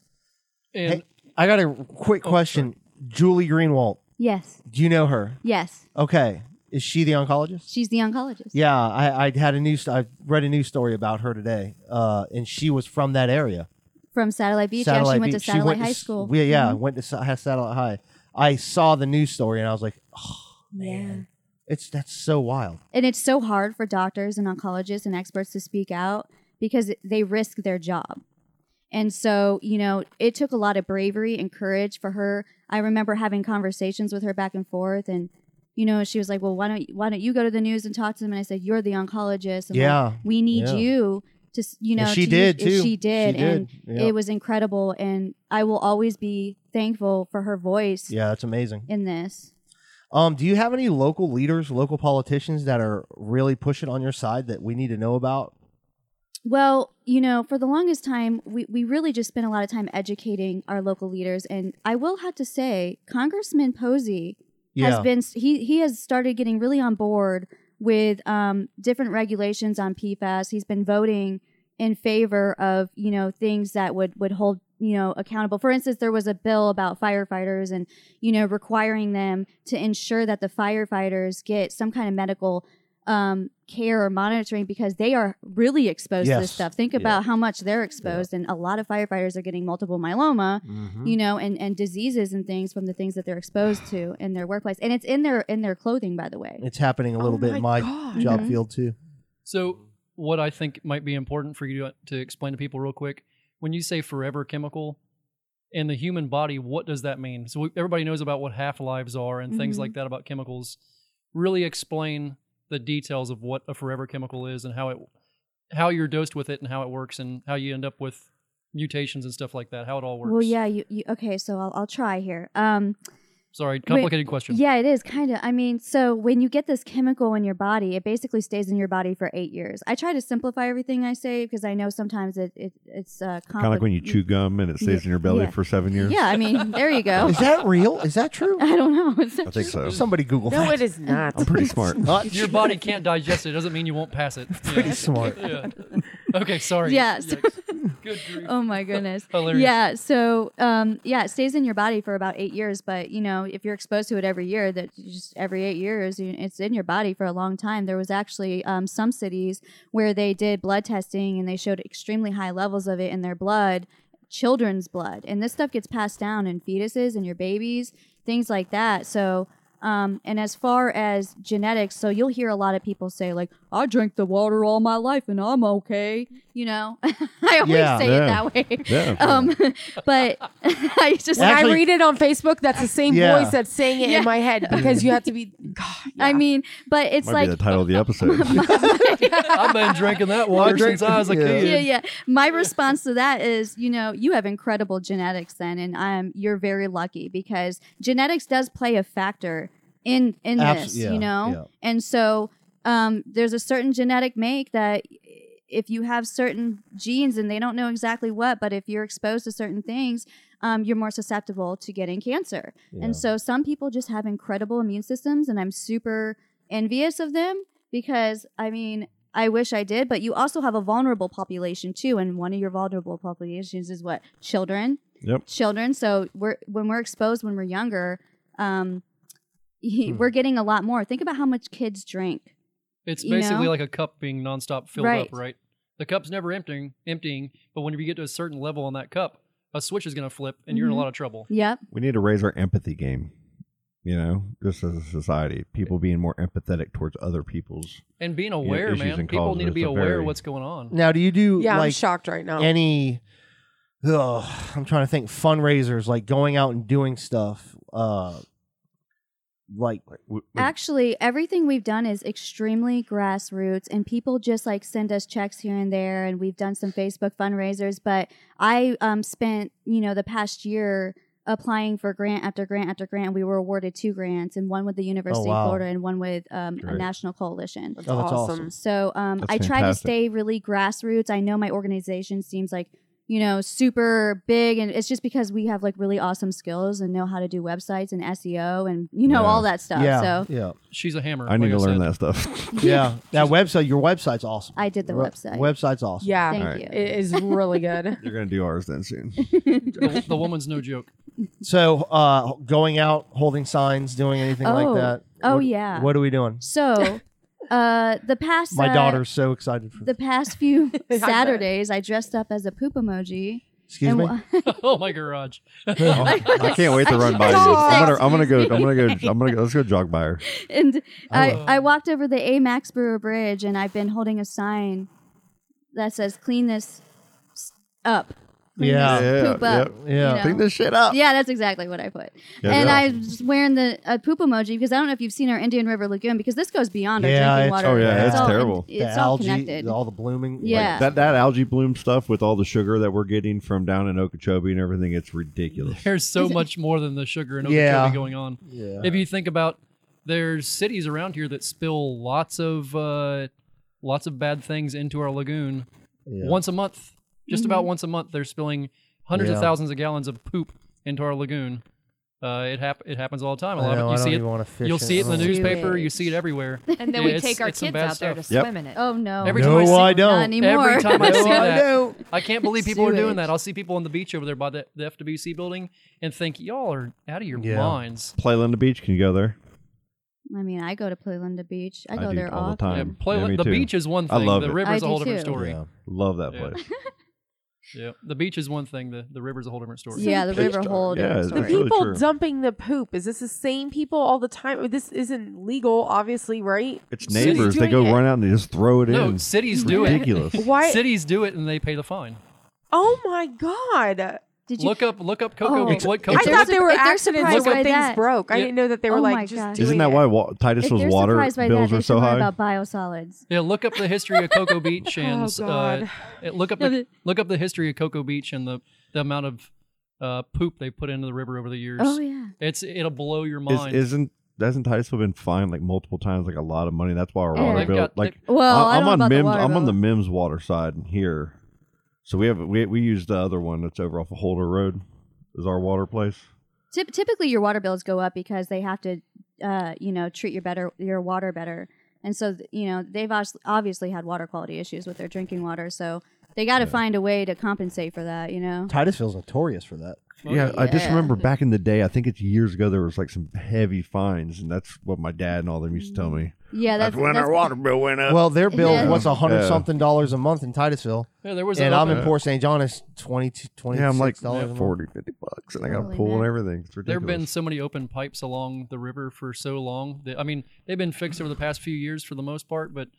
And I got a Oh, quick question. Julie Greenwald. Yes. Do you know her? Yes. Okay. Is she the oncologist? She's the oncologist. Yeah, I, I had a news. I read a news story about her today, uh, and she was from that area. From Satellite Beach. yeah, she went to Beach. Satellite High s- School. Yeah, yeah, Mhm. went to Sa- ha- Satellite High. I saw the news story, and I was like, oh, Yeah. it's that's so wild. And it's so hard for doctors and oncologists and experts to speak out because they risk their job. And so, you know, it took a lot of bravery and courage for her. I remember having conversations with her back and forth and you know, she was like, "Well, why don't why don't you go to the news and talk to them?" And I said, "You're the oncologist. And like, Yeah, we need yeah. you to, s- you And know." she to did, use- too. She did, She and did, yeah. it was incredible. And I will always be thankful for her voice Yeah, that's amazing. in this. Um, do you have any local leaders, local politicians that are really pushing on your side that we need to know about? Well, you know, for the longest time, we, we really just spent a lot of time educating our local leaders. And I will have to say, Congressman Posey has Yeah. been, he, he has started getting really on board with um, different regulations on PFAS. He's been voting in favor of, you know, things that would, would hold, you know, accountable. For instance, there was a bill about firefighters and, you know, requiring them to ensure that the firefighters get some kind of medical um, care or monitoring because they are really exposed to Yes. this stuff. Think about how much they're exposed, and a lot of firefighters are getting multiple myeloma, Mhm. Mm-hmm. you know, and, and diseases and things from the things that they're exposed *sighs* to in their workplace, and it's in their in their clothing, by the way. It's happening a Oh Oh little bit in my job Mhm. field too. So, what I think might be important for you to, to explain to people real quick when you say forever chemical in the human body, what does that mean? So, we, everybody knows about what half lives are and things Mhm. Mm-hmm. like that about chemicals. Really explain the details of what a forever chemical is and how it how you're dosed with it and how it works and how you end up with mutations and stuff like that how it all works Well, yeah, you, you okay? So I'll I'll try here. Um, sorry Wait, complicated question Yeah, it is kind of. I mean, so when you get this chemical in your body, it basically stays in your body for eight years. I try to simplify everything I say because I know sometimes it, it it's uh, Kind of like when you compli- chew gum and it stays Yeah, in your belly yeah. for seven years. Yeah, I mean, there you go. *laughs* *laughs* Is that real? Is that true? I don't know. Is that I think so. Somebody Google No, that. it is not. *laughs* I'm pretty smart. your body can't digest it doesn't mean you won't pass it *laughs* pretty smart. okay sorry Yeah. Yikes. so- oh my goodness. Hilarious. Yeah. So, um, yeah, it stays in your body for about eight years, but you know, if you're exposed to it every year, that you just every eight years, you, it's in your body for a long time. There was actually um, some cities where they did blood testing and they showed extremely high levels of it in their blood, children's blood, and this stuff gets passed down in fetuses and your babies, things like that. So. Um, and as far as genetics, so you'll hear a lot of people say like, "I drank the water all my life and I'm okay," you know. *laughs* I always Yeah. say Yeah. it that way. Yeah. Um, *laughs* but *laughs* I just when I read it on Facebook, that's the same Yeah. voice that's saying it Yeah. in my head because you have to be. I mean, but it's Might like be the title of the episode. I've been drinking that water drank- since I was a yeah. *laughs* kid. yeah, yeah. My response to that is, you know, you have incredible genetics then, and um, you're very lucky because genetics does play a factor in in Abs- this, yeah, you know. yeah. And so um, there's a certain genetic make that if you have certain genes and they don't know exactly what, but if you're exposed to certain things, um, you're more susceptible to getting cancer. Yeah. And so some people just have incredible immune systems, and I'm super envious of them because I mean, I wish I did, but you also have a vulnerable population too. And one of your vulnerable populations is what? Children. Yep. Children. So we're when we're exposed when we're younger, um, *laughs* Hmm. we're getting a lot more. Think about how much kids drink. It's you know? basically like a cup being nonstop filled Right. up, right? The cup's never emptying, emptying, but when you get to a certain level on that cup, a switch is going to flip and you're in a Mhm. lot of trouble. Yep. *laughs* We need to raise our empathy game. You know, just as a society, people being more empathetic towards other people's And being you know, aware, issues man. and People causes. need to be It's a aware very- of what's going on. Now, do you do? Yeah, I'm like, shocked right now. Any? Ugh, I'm trying to think. Fundraisers, like going out and doing stuff. Uh, like oh, Actually, everything we've done is extremely grassroots, and people just like send us checks here and there, and we've done some Facebook fundraisers. But I um, spent, you know, the past year applying for grant after grant after grant. We were awarded two grants, and one with the University Oh, wow. of Florida and one with um, a Great. national coalition. That's Oh, that's awesome. awesome. So um, That's I try to fantastic. stay really grassroots. I know my organization seems like you know super big, and it's just because we have like really awesome skills and know how to do websites and SEO and you know all that stuff. So *laughs* yeah, she's a hammer. I need like to learn said. that stuff. yeah. That website, your website's awesome. I did the Your website. Website's awesome. Yeah, Thank Alright. you. it is *laughs* really good. *laughs* You're gonna do ours then *laughs* soon. the, the woman's no joke. *laughs* So uh, going out, holding signs, doing anything Oh. like that. Oh, What- yeah. What are we doing? so uh, the past My uh, daughter's so excited for the past few bet. Saturdays, I dressed up as a poop emoji. Excuse me? wa- oh my garage. I can't wait to run by you. I'm gonna, I'm gonna go. I'm gonna go. I'm gonna go. Let's go jog by her. and I, Oh. I walked over the A Max Brewer Bridge and I've been holding a sign that says clean this s- up. Clean Yeah. this *laughs* Yeah, Poop up. yeah, yeah. you know? Clean this shit up. Yeah, that's exactly what I put. Yeah, and yeah. I was wearing the a poop emoji because I don't know if you've seen our Indian River Lagoon because this goes beyond Yeah, our drinking it's- water. oh, yeah, it's all- terrible. It's the all algae, connected. all the blooming. like- Yeah. That that algae bloom stuff with all the sugar that we're getting from down in Okeechobee and everything, it's ridiculous. There's so much more than the sugar and Okeechobee Yeah. going on. Yeah. If you think about, there's cities around here that spill lots of uh, lots of bad things into our lagoon Yeah. once a month. Just Mm-hmm. about once a month, they're spilling hundreds Yeah. of thousands of gallons of poop into our lagoon. Uh, it hap- it happens all the time. A I lot know, of it, I you don't see even wanna it. fish you'll it. Oh. see it in the Ugh. newspaper. You see it everywhere. *laughs* And then Yeah, we it's- take our it's some kids bad out there to stuff. Yep. swim in it. oh no. Every time I no, see- I Not don't. anymore. Every *laughs* *laughs* time I No, see I that, know. I can't believe people are doing Sewage. that. I'll see people on the beach over there by the, the FWC building and think y'all are out of your Yeah. minds. Playland Beach, can you go there? I mean, I go to Playlinda Beach. I I go do there all all the time. Yeah, Um, play, yeah, me the too. beach is one I thing. love the it. river's I a whole do different too. story. Yeah. Yeah, love that Yeah. place. the beach is one thing. The the river's a whole different story. Yeah, the Fish river dark. hole. Yeah, different it's The story. That's really people true. dumping the poop is this the same people all the time? This isn't legal, obviously, right? It's Cities neighbors. They doing go it. run out and they just throw it No, in. cities It's do ridiculous. it. *laughs* Why? Cities do it and they pay the fine. Oh my god! Did you Look up look up Cocoa Oh. Beach. What I Cocoa they're thought su- they were if they're accidents surprised when by things that- broke. I Yeah. didn't know that they were Oh my like just gosh. doing Isn't that it. why wa- if Titusville's they're water surprised by bills that, are they so should learn high? about biosolids. Yeah, look up the history of *laughs* Cocoa Beach and Oh, uh, God. it- look up No, the, the- look up the history of Cocoa Beach and the, the amount of uh, poop they put into the river over the years. Oh yeah. It's it'll blow your mind. Is, isn't hasn't Titusville been fined like multiple times, like a lot of money? That's why our Yeah. water They've bill, got- like Well, I I- don't I'm know on about the Mims. water I'm on bill. the Mims water side here, so we have we we use the other one that's over off of Holder Road. Is our water place? Typ- typically, your water bills go up because they have to, uh, you know, treat your better your water better, and so th- you know they've obs- obviously had water quality issues with their drinking water, so they got to find a way to compensate for that. You know, Titusville's notorious for that. Oh, yeah, I just yeah. remember back in the day. I think it's years ago. There was like some heavy fines, and that's what my dad and all them used to tell me. Mm. yeah, that's, when that's our water bill went up. Well, their bill Yeah. what's a hundred Yeah. something dollars a month in Titusville, yeah, there was and a, I'm in Port St. John. It's twenty twenty yeah, I'm like dollars a month. 40, 50 bucks, and I got Holy a pool and man. everything. It's there ridiculous. have been so many open pipes along the river for so long. That, I mean, they've been fixed over the past few years for the most part. But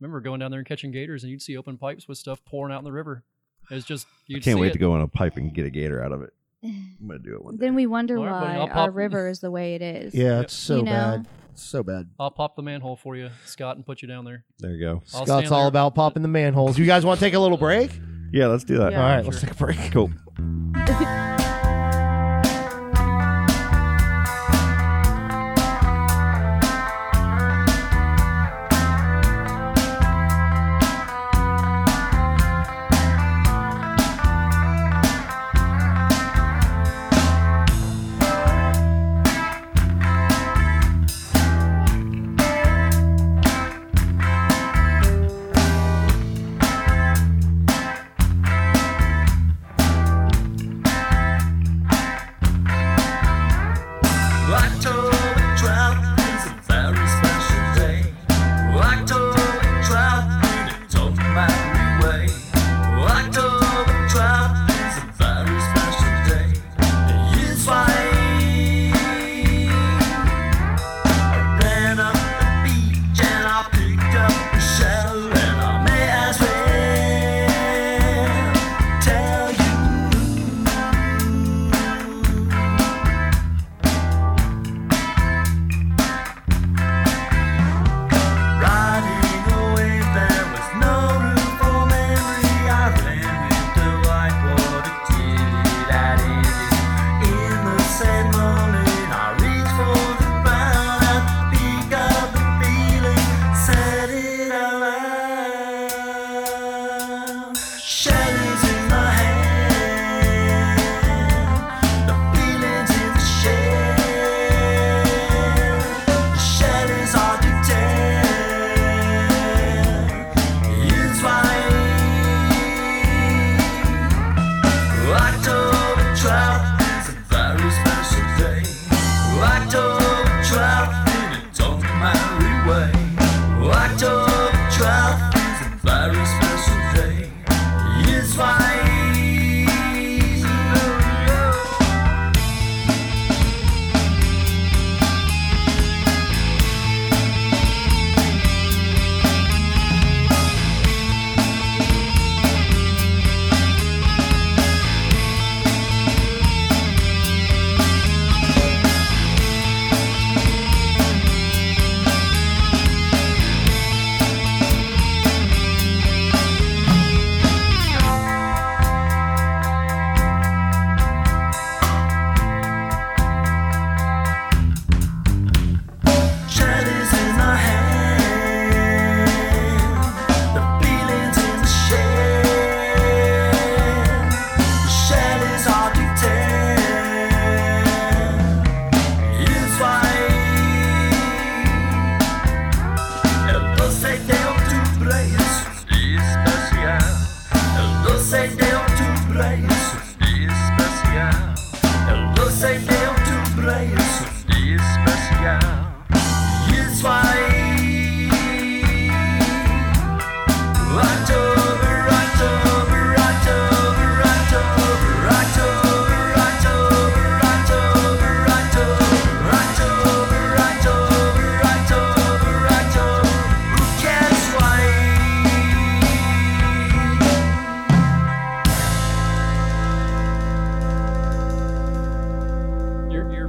remember going down there and catching gators, and you'd see open pipes with stuff pouring out in the river. It's just you I can't wait to go on a pipe and get a gator out *sighs* of it. I'm gonna do it one day. then we wonder All right, buddy, why I'll our pop- river is the way it is. Yeah, it's so You know? bad. It's so bad. I'll pop the manhole for you, Scott, and put you down there. There you go. I'll Scott's stand all there. about popping the manholes. You guys want to take a little break? Yeah, let's do that. All right, let's take a break. Cool.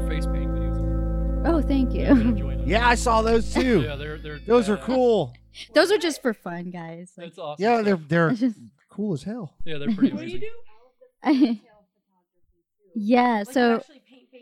face paint videos. Oh, thank I've been you. *laughs* enjoying *clears throat* them. Yeah, I saw those too. Yeah, they're they're Those are badass. cool. Those are just for fun, guys. Like, That's awesome. Yeah, they're they're it's just- cool as hell. yeah, they're pretty amazing. *laughs* yeah. So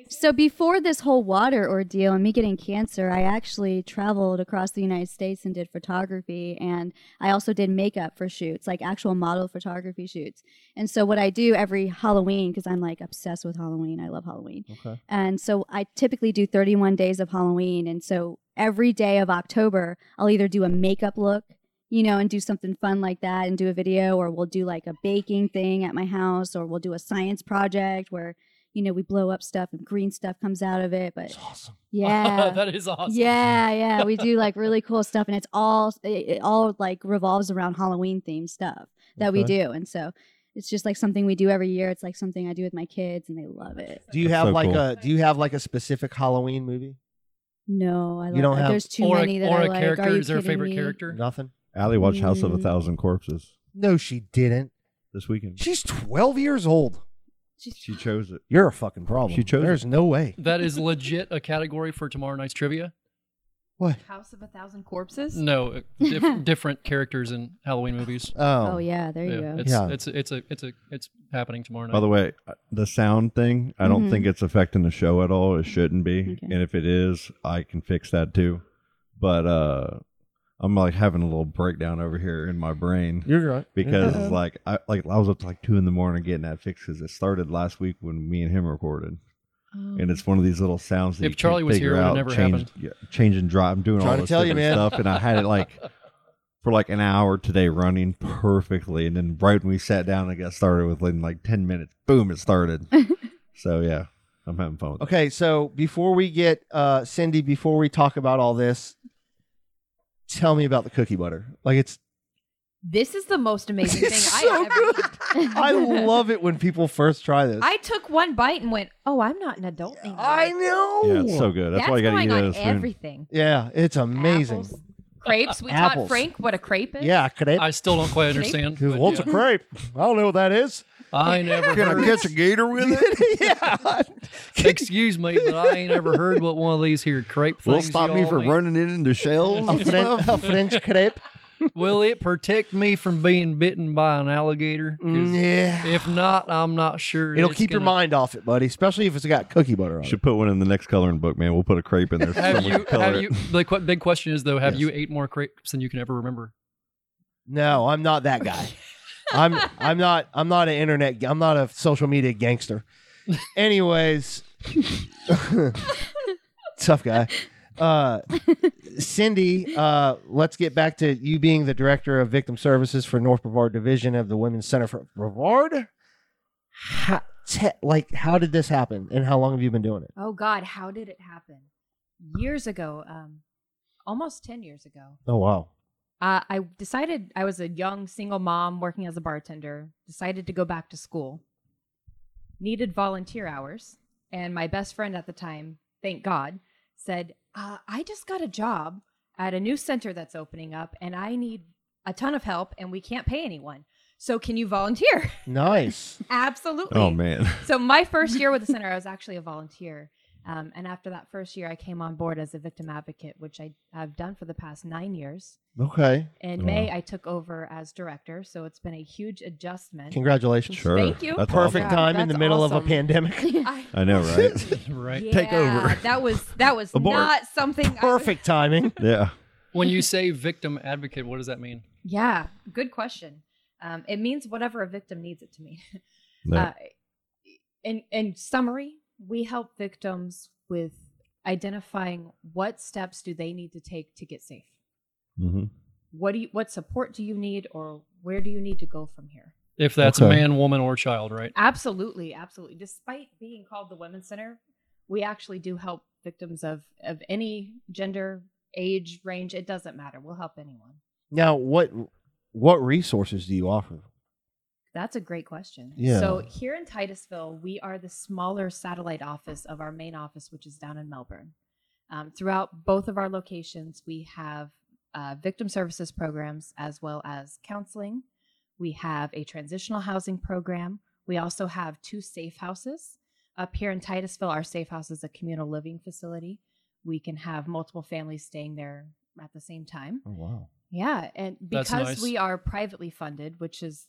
so before this whole water ordeal and me getting cancer, I actually traveled across the United States and did photography, and I also did makeup for shoots, like actual model photography shoots. And so what I do every Halloween, because I'm like obsessed with Halloween, I love Halloween. Okay. And so I typically do 31 days of Halloween. And so every day of October, I'll either do a makeup look, you know, and do something fun like that and do a video, or we'll do like a baking thing at my house, or we'll do a science project where, you know, we blow up stuff and green stuff comes out of it. But *laughs* It's awesome. yeah. that is awesome. Yeah, yeah, we do like really cool stuff, and it's all it, it all like revolves around Halloween themed stuff that we Okay. do, and so it's just like something we do every year. It's like something I do with my kids, and they love it. Do you That's have so like cool. a do you have like a specific Halloween movie? No, I love You don't it. have- There's too or many a, that or I a like. character Are you is their kidding favorite me? character. Nothing? Allie watched House of a Mm. Thousand Corpses No, she didn't. this weekend. She's 12 years old. She chose it. You're a fucking problem. She chose There's no way. That is legit a category for tomorrow night's trivia. What? House of a Thousand *laughs* Corpses. No, uh, diff- different characters in Halloween movies. Oh. Oh yeah, there you yeah, go. It's, Yeah. it's it's a it's a it's happening tomorrow night. By the way, uh, the sound thing, I don't Mhm. think it's affecting the show at all. It shouldn't be. Okay. And if it is, I can fix that too. But uh I'm like having a little breakdown over here in my brain. You're right. because Uh-huh. Yeah. it's like I like I was up to like two in the morning getting that fixed because it started last week when me and him recorded, and it's one of these little sounds that If you can't Charlie was figure here, it out, would've never change, happened. yeah, change and drop. I'm doing all Trying to this tell you, different man. stuff, and I had it like for like an hour today running perfectly, and then right when we sat down and got started within like ten minutes, boom, it started. so yeah, I'm having fun. With it. Okay, so before we get uh Cindy, before we talk about all this, tell me about the cookie butter. Like it's *laughs* This is *laughs* the most amazing thing It's I ever. good. I love it when people first try this. I took one bite and went, "Oh, I'm not an adult anymore." I know. Yeah, it's so good. That's, That's why you got to going eat it on as spoon. everything. Yeah, it's amazing. Apples, crepes. We Apples. taught Frank what a crepe is. Yeah, crepe. I still don't quite understand. but What's yeah. a crepe? I don't know what that is. I never heard. catch a gator with it? *laughs* yeah. *laughs* Excuse me, but I ain't ever heard what one of these here crepe Will things stop me y'all from make. running it into shells. A, and French, a stuff. French crepe. Will it protect me from being bitten by an alligator? 'Cause Mm, Yeah. If not, I'm not sure. It'll it's keep your gonna- mind off it, buddy. Especially if it's got cookie butter on it. Should put one in the next coloring book, man. We'll put a crepe in there. so Have someone you? can color Have it. you? The qu- big question is though: Have Yes. you ate more crepes than you can ever remember? No, I'm not that guy. *laughs* I'm I'm not I'm not an internet ga- I'm not a social media gangster. Anyways, *laughs* tough guy. Uh, Cindy, uh, let's get back to you being the director of victim services for North Brevard Division of the Women's Center for Brevard. How, te- like, how did this happen, and how long have you been doing it? Oh God, how did it happen? Years ago, um, almost ten years ago, Oh wow, uh, I decided I was a young single mom working as a bartender. Decided to go back to school. Needed volunteer hours, and my best friend at the time, thank God, said, uh, "I just got a job at a new center that's opening up, and I need a ton of help, and we can't pay anyone. So can you volunteer?" *laughs* nice. Absolutely. Oh man. So my first year with the center, I was actually a volunteer, um, and after that first year, I came on board as a victim advocate, which I have done for the past nine years. Okay, *laughs* In Wow. May, I took over as director, so it's been a huge adjustment. congratulations. Sure. Thank you. That's Perfect awesome. time in That's the middle of a awesome. pandemic. I- I know, right? *laughs* Right. *laughs* yeah, Take over. Uh, That was *laughs* that was Abort. not something. I was- Perfect timing. yeah. When you say victim advocate, what does that mean? yeah, good question. Um, it means whatever a victim needs it to mean. *laughs* No. Uh, in in summary, we help victims with identifying what steps do they need to take to get safe. Mhm. What do you, what support do you need, or where do you need to go from here? If that's Okay. man, woman, or child, right? Absolutely, absolutely. Despite being called the Women's Center, we actually do help victims of of any gender, age, range. It doesn't matter. We'll help anyone. Now, what what resources do you offer? That's a great question. Yeah. So here in Titusville, we are the smaller satellite office of our main office, which is down in Melbourne. Um, throughout both of our locations, we have uh, victim services programs as well as counseling. We have a transitional housing program. We also have two safe houses. Up here in Titusville, our safe house is a communal living facility. We can have multiple families staying there at the same time. Oh wow. Yeah, and That's because nice. we are privately funded, which is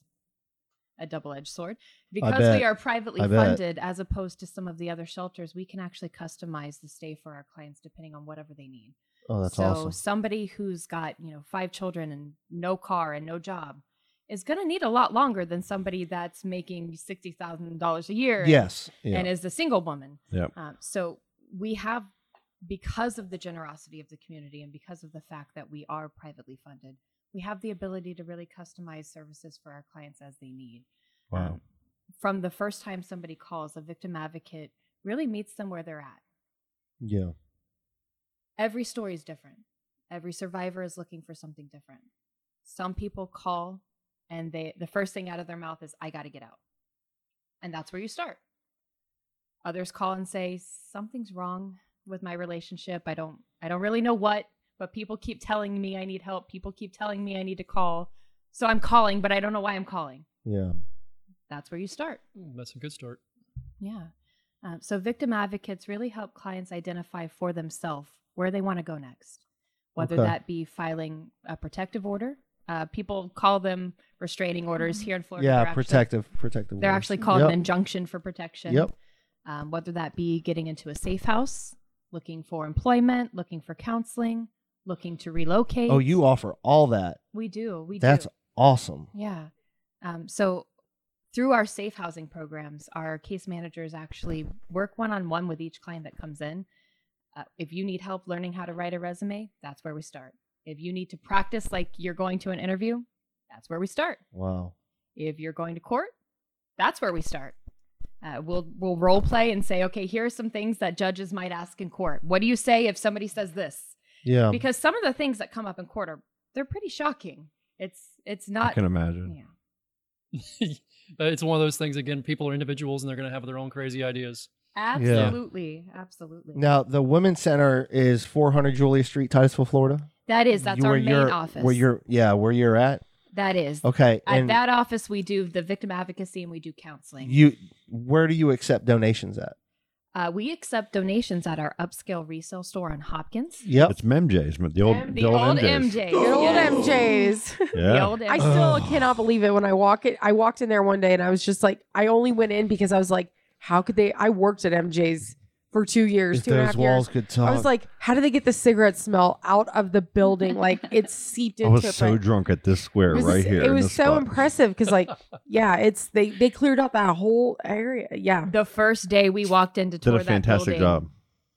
a double-edged sword, because bet. we are privately I bet. funded as opposed to some of the other shelters, we can actually customize the stay for our clients depending on whatever they need. Oh, that's so awesome. somebody who's got, you know, five children and no car and no job is going to need a lot longer than somebody that's making $60,000 a year. and- Yes, yeah. And is a single woman. Yep. Um, so we have, because of the generosity of the community and because of the fact that we are privately funded, we have the ability to really customize services for our clients as they need. Wow. From the first time somebody calls, a victim advocate really meets them where they're at Yeah. every story is different. Every survivor is looking for something different. Some people call and they the first thing out of their mouth is I got to get out. And that's where you start. Others call and say something's wrong with my relationship. I don't I don't really know what, but people keep telling me I need help. People keep telling me I need to call. So I'm calling, but I don't know why I'm calling. Yeah. That's where you start. Mm, That's a good start. Yeah. Um, so victim advocates really help clients identify for themselves where they want to go next, whether Okay. that be filing a protective order. Uh, people call them restraining orders Mm-hmm. here in Florida. Yeah, they're actually- protective- protective They're orders. actually called Yep. an injunction for protection. Yep. Um, whether that be getting into a safe house, looking for employment, looking for counseling, looking to relocate. Oh, you offer all that. We do. We That's do. awesome. Yeah. Um, so through our safe housing programs, our case managers actually work one on one with each client that comes in. Uh, if you need help learning how to write a resume, that's where we start. If you need to practice like you're going to an interview, that's where we start. Wow. If you're going to court, that's where we start. Uh, we'll we'll role play and say, okay, here are some things that judges might ask in court. What do you say if somebody says this? Yeah. Because some of the things that come up in court are they're pretty shocking. It's it's not I can imagine. Uh, It's one of those things again. People are individuals and they're going to have their own crazy ideas. *laughs* Absolutely, absolutely. Now the women's center is 400 Julia Street, Titusville, Florida. That is, that's You- our where main you're- office. Where you're, yeah, where you're at. That is Okay, At and- that office, we do the victim advocacy and we do counseling. You, where do you accept donations at? uh, we accept donations at our upscale resale store on Hopkins. Yep. It's MemJ's, the old, M- the the old MJ's. MJ's. Good old Yeah. MJ's. Yeah. old I still cannot believe it when I walk it. I walked in there one day and I was just like, I only went in because I was like, how could they? I worked at MJ's for two years, If two and a those half walls years. could I talk. was like, how do they get the cigarette smell out of the building? *laughs* Like it's seeped I into. was it, so but- drunk at this square It was- right here. It in was this so spot. impressive because, *laughs* like, yeah, it's they they cleared up that whole area. Yeah, The first day we walked into Did tour a fantastic that building, job.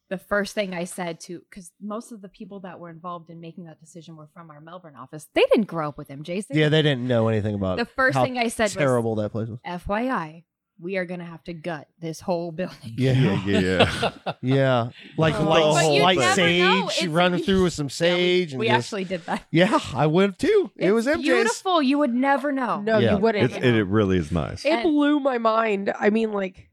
The first thing I said to, because most of the people that were involved in making that decision were from our Melbourne office. They didn't grow up with MJ's. Yeah, they didn't know anything about The first how thing I said was- Terrible that place was. FYI, we are going to have to gut this whole building. Yeah, *laughs* yeah, yeah. Like Oh. But like, you like never know. sage, running through with *laughs* some sage. and we just- actually did that. Yeah, I would have too. it was MJ's. Beautiful. You would never know. No, Yeah. you wouldn't. It's, it, it really is nice. It blew my mind. I mean, like,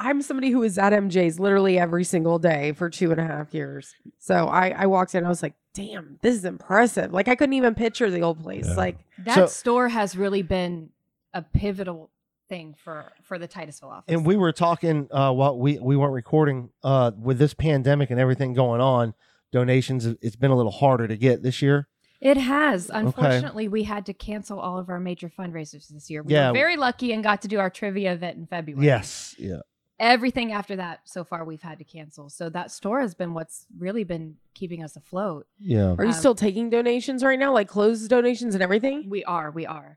I'm somebody who is at MJ's literally every single day for two and a half years. So I, I walked in, I was like, damn, this is impressive. Like, I couldn't even picture the old place. Like, That So- store has really been a pivotal thing for for the Titusville office. and we were talking uh while we we weren't recording uh with this pandemic and everything going on donations it's been a little harder to get this year It has. Unfortunately, we had to cancel all of our major fundraisers this year. We Yeah. were very lucky and got to do our trivia event in February. yes yeah Everything after that so far we've had to cancel. So that store has been what's really been keeping us afloat. yeah are you Um, still taking donations right now? Like, closed donations and everything? We are, we are.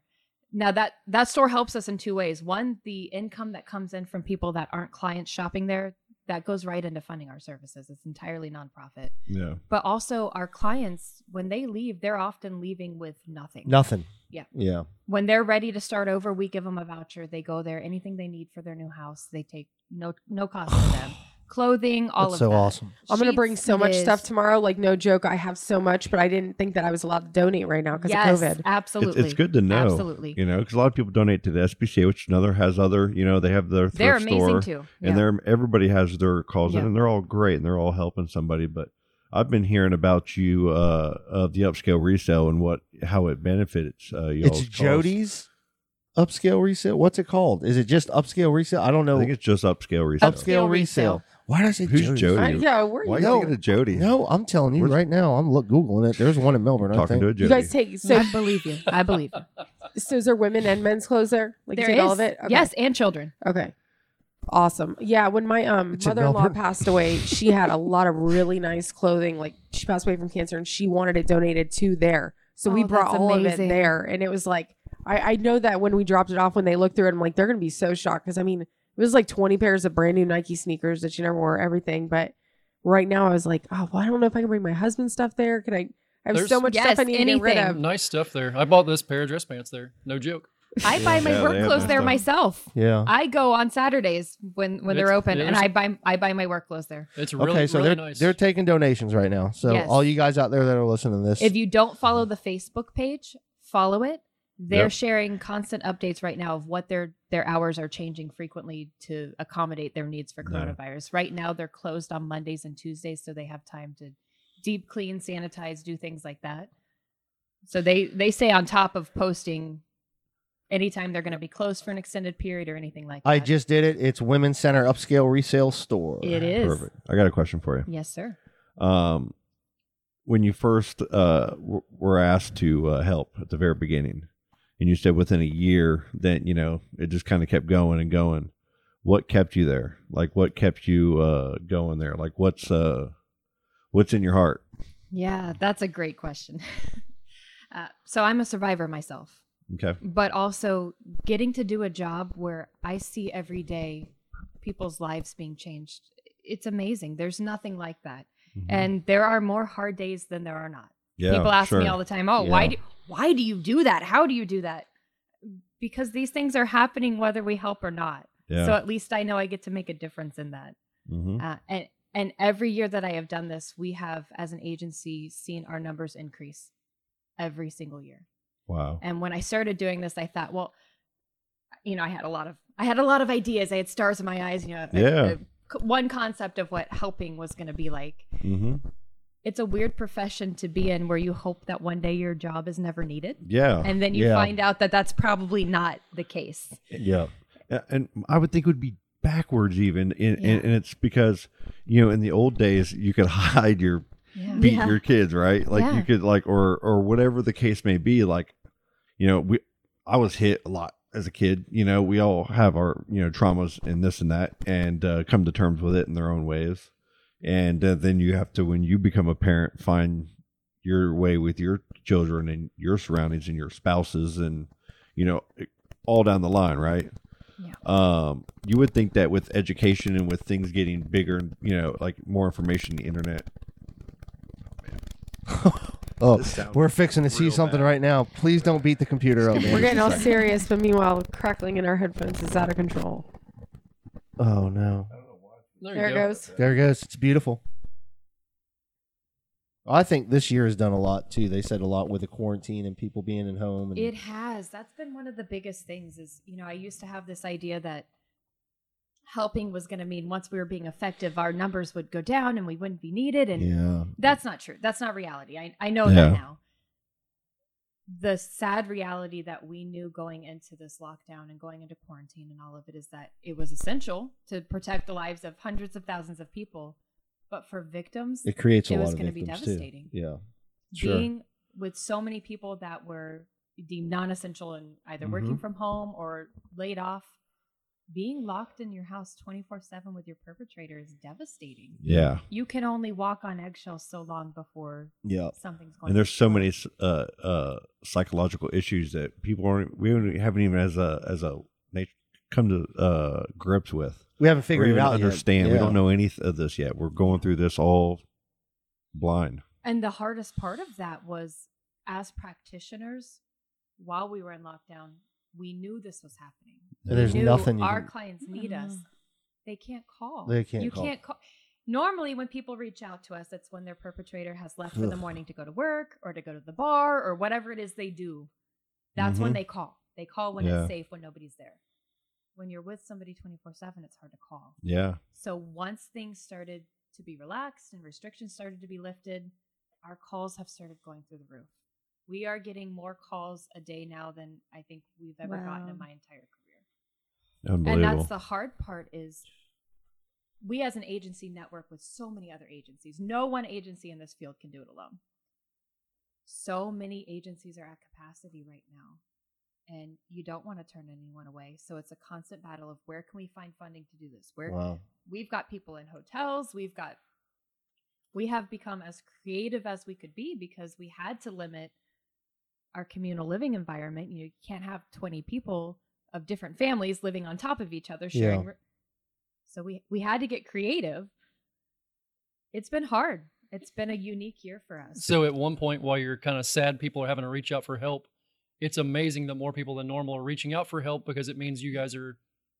Now that that store helps us in two ways. One, the income that comes in from people that aren't clients shopping there, that goes right into funding our services. It's entirely nonprofit. Yeah. But also our clients, when they leave, they're often leaving with nothing. nothing Yeah. yeah When they're ready to start over, we give them a voucher. They go there, anything they need for their new house, they take no no cost to *sighs* them. Clothing, all That's of so that. awesome. I'm going to bring Sheets, so much it stuff is. tomorrow. Like, no joke. I have so much, but I didn't think that I was allowed to donate right now because Yes, of COVID. It's- absolutely. It's, good to know. Absolutely. You know, because a lot of people donate to the SPCA, which another has other, you know, they have their thrift They're amazing store. too. Yeah. And they're, everybody has their calls in, Yeah. and they're all great and they're all helping somebody. But I've been hearing about you, uh, of the upscale resale and what, how it benefits, uh, you it's jody's upscale resale? What's it called? Is it just upscale resale? I don't know. I think it's just upscale resale. upscale resale. Why does it? Who's Jody? I- yeah, where are Why are you you thinking of Jody? No, I'm telling you right now. I'm look googling it. There's one in Melbourne. I Talking think. to a Jody. You guys take so I believe you. I believe you. so is there women and men's clothes there? Like you There take is all of it? Okay. yes, and children. Okay. Awesome. Yeah, when my um, It's in mother-in-law Melbourne. passed away, she had a lot of really nice clothing. Like she passed away from cancer, and she wanted it donated to there. So we Oh, brought that's all of it amazing. there, and it was like I, I know that when we dropped it off, when they looked through it, I'm like they're gonna be so shocked because I mean it was like 20 pairs of brand new Nike sneakers that she never wore, everything. But right now, I was like, oh, well, I don't know if I can bring my husband's stuff there. Can I? I have There's- so much stuff Yes, I need to get rid anything. of. Nice stuff there. I bought this pair of dress pants there. No joke. I buy my Yeah, they work have clothes that there stuff. myself. Yeah. I go on Saturdays when when they're It's- open, yeah, and there's- I buy I buy my work clothes there. It's really, okay, so really they're nice. they're taking donations right now. So Yes. all you guys out there that are listening to this, If you don't follow the Facebook page, follow it. They're Yep. sharing constant updates right now of what their their hours are changing frequently to accommodate their needs for Yeah. coronavirus. Right now, they're closed on Mondays and Tuesdays, so they have time to deep clean, sanitize, do things like that. So they they stay on top of posting anytime they're going to be closed for an extended period or anything like that. I just did it. It's Women's Center Upscale Resale Store. it is Perfect. I got a question for you. yes, sir. Um, when you first uh, w- were asked to uh, help at the very beginning, and you said within a year, then you know it just kind of kept going and going. What kept you there? Like what kept you uh, going there? Like what's uh, what's in your heart? Yeah, that's a great question. *laughs* uh, so I'm a survivor myself. Okay. but also getting to do a job where I see every day people's lives being changed. It's amazing. There's nothing like that. And there are more hard days than there are not. yeah, People ask me sure. all the time, "Oh, why Yeah. do why do you do that? How do you do that?" Because these things are happening whether we help or not. Yeah. So at least I know I get to make a difference in that. Mhm. Uh, and and every year that I have done this, we have as an agency seen our numbers increase every single year. Wow. And when I started doing this, I thought, well, you know, I had a lot of I had a lot of ideas. I had stars in my eyes. You know, a- Yeah. a- uh, one concept of what helping was going to be like. hmm It's a weird profession to be in where you hope that one day your job is never needed, Yeah. and then you yeah. find out that that's probably not the case. Yeah. A- And I would think it would be backwards even. And, Yeah. and, and it's because, you know, in the old days, you could *laughs* hide your, Yeah. beat your kids, right? Like Yeah. you could like, or, or whatever the case may be. Like, you know, we, I was hit a lot as a kid, you know, we all have our, you know, traumas and this and that and uh, come to terms with it in their own ways. And uh, then you have to, when you become a parent, find your way with your children and your surroundings and your spouses and, you know, e, all down the line, right? Yeah. Um, you would think that with education and with things getting bigger, and you know, like more information, the internet. Oh, This sounds we're fixing to see real something bad. right now. Please don't beat the computer up. We're man. getting all serious, but meanwhile, crackling in our headphones is out of control. Oh no, There, you There it go. goes. there it goes. It's beautiful. I think this year has done a lot too. They said a lot with the quarantine and people being at home. Mm. And, It has. That's been one of the biggest things is, you know, I used to have this idea that helping was going to mean once we were being effective, our numbers would go down and we wouldn't be needed. And yeah, that's not true. That's not reality. I, I know Yeah. that now. The sad reality that we knew going into this lockdown and going into quarantine and all of it is that it was essential to protect the lives of hundreds of thousands of people. But for victims, it creates a It was lot of gonna be victims devastating. too. Yeah, Sure. being with so many people that were deemed non-essential and either working from home or laid off being locked in your house 24/7 with your perpetrator is devastating. Yeah. You can only walk on eggshells so long before yeah. something's going And there's to so blow. many uh, uh, psychological issues that people aren't, we don't- e, haven't even as a, as a, they come to uh, grips with. We haven't Or figured it even out. yet. understand. We Yeah. don't know any th- of this yet. We're going through this all blind. And the hardest part of that was as practitioners while we were in lockdown, we knew this was happening. And there's knew nothing. You our can, clients need us. They can't call. They can't You call. can't call. Normally, when people reach out to us, it's when their perpetrator has left for the Ugh. morning to go to work or to go to the bar or whatever it is they do. That's Mhm. when Mm-hmm. they call. They call when Yeah. it's safe, when nobody's there. When you're with somebody 24 7, it's hard to call. Yeah. So once things started to be relaxed and restrictions started to be lifted, our calls have started going through the roof. We are getting more calls a day now than I think we've ever gotten in Wow. my entire career. And Unbelievable. that's the hard part is we as an agency network with so many other agencies. No one agency in this field can do it alone. So many agencies are at capacity right now. And you don't want to turn anyone away. So it's a constant battle of where can we find funding to do this? Where Wow. we've got people in hotels, we've got we have become as creative as we could be because we had to limit our communal living environment. You, know, you can't have 20 people of different families living on top of each other Yeah. sharing. r- So we we had to get creative. It's been hard. It's been a unique year for us. So at one point, while you're kind of sad, people are having to reach out for help. It's amazing that more people than normal are reaching out for help because it means you guys are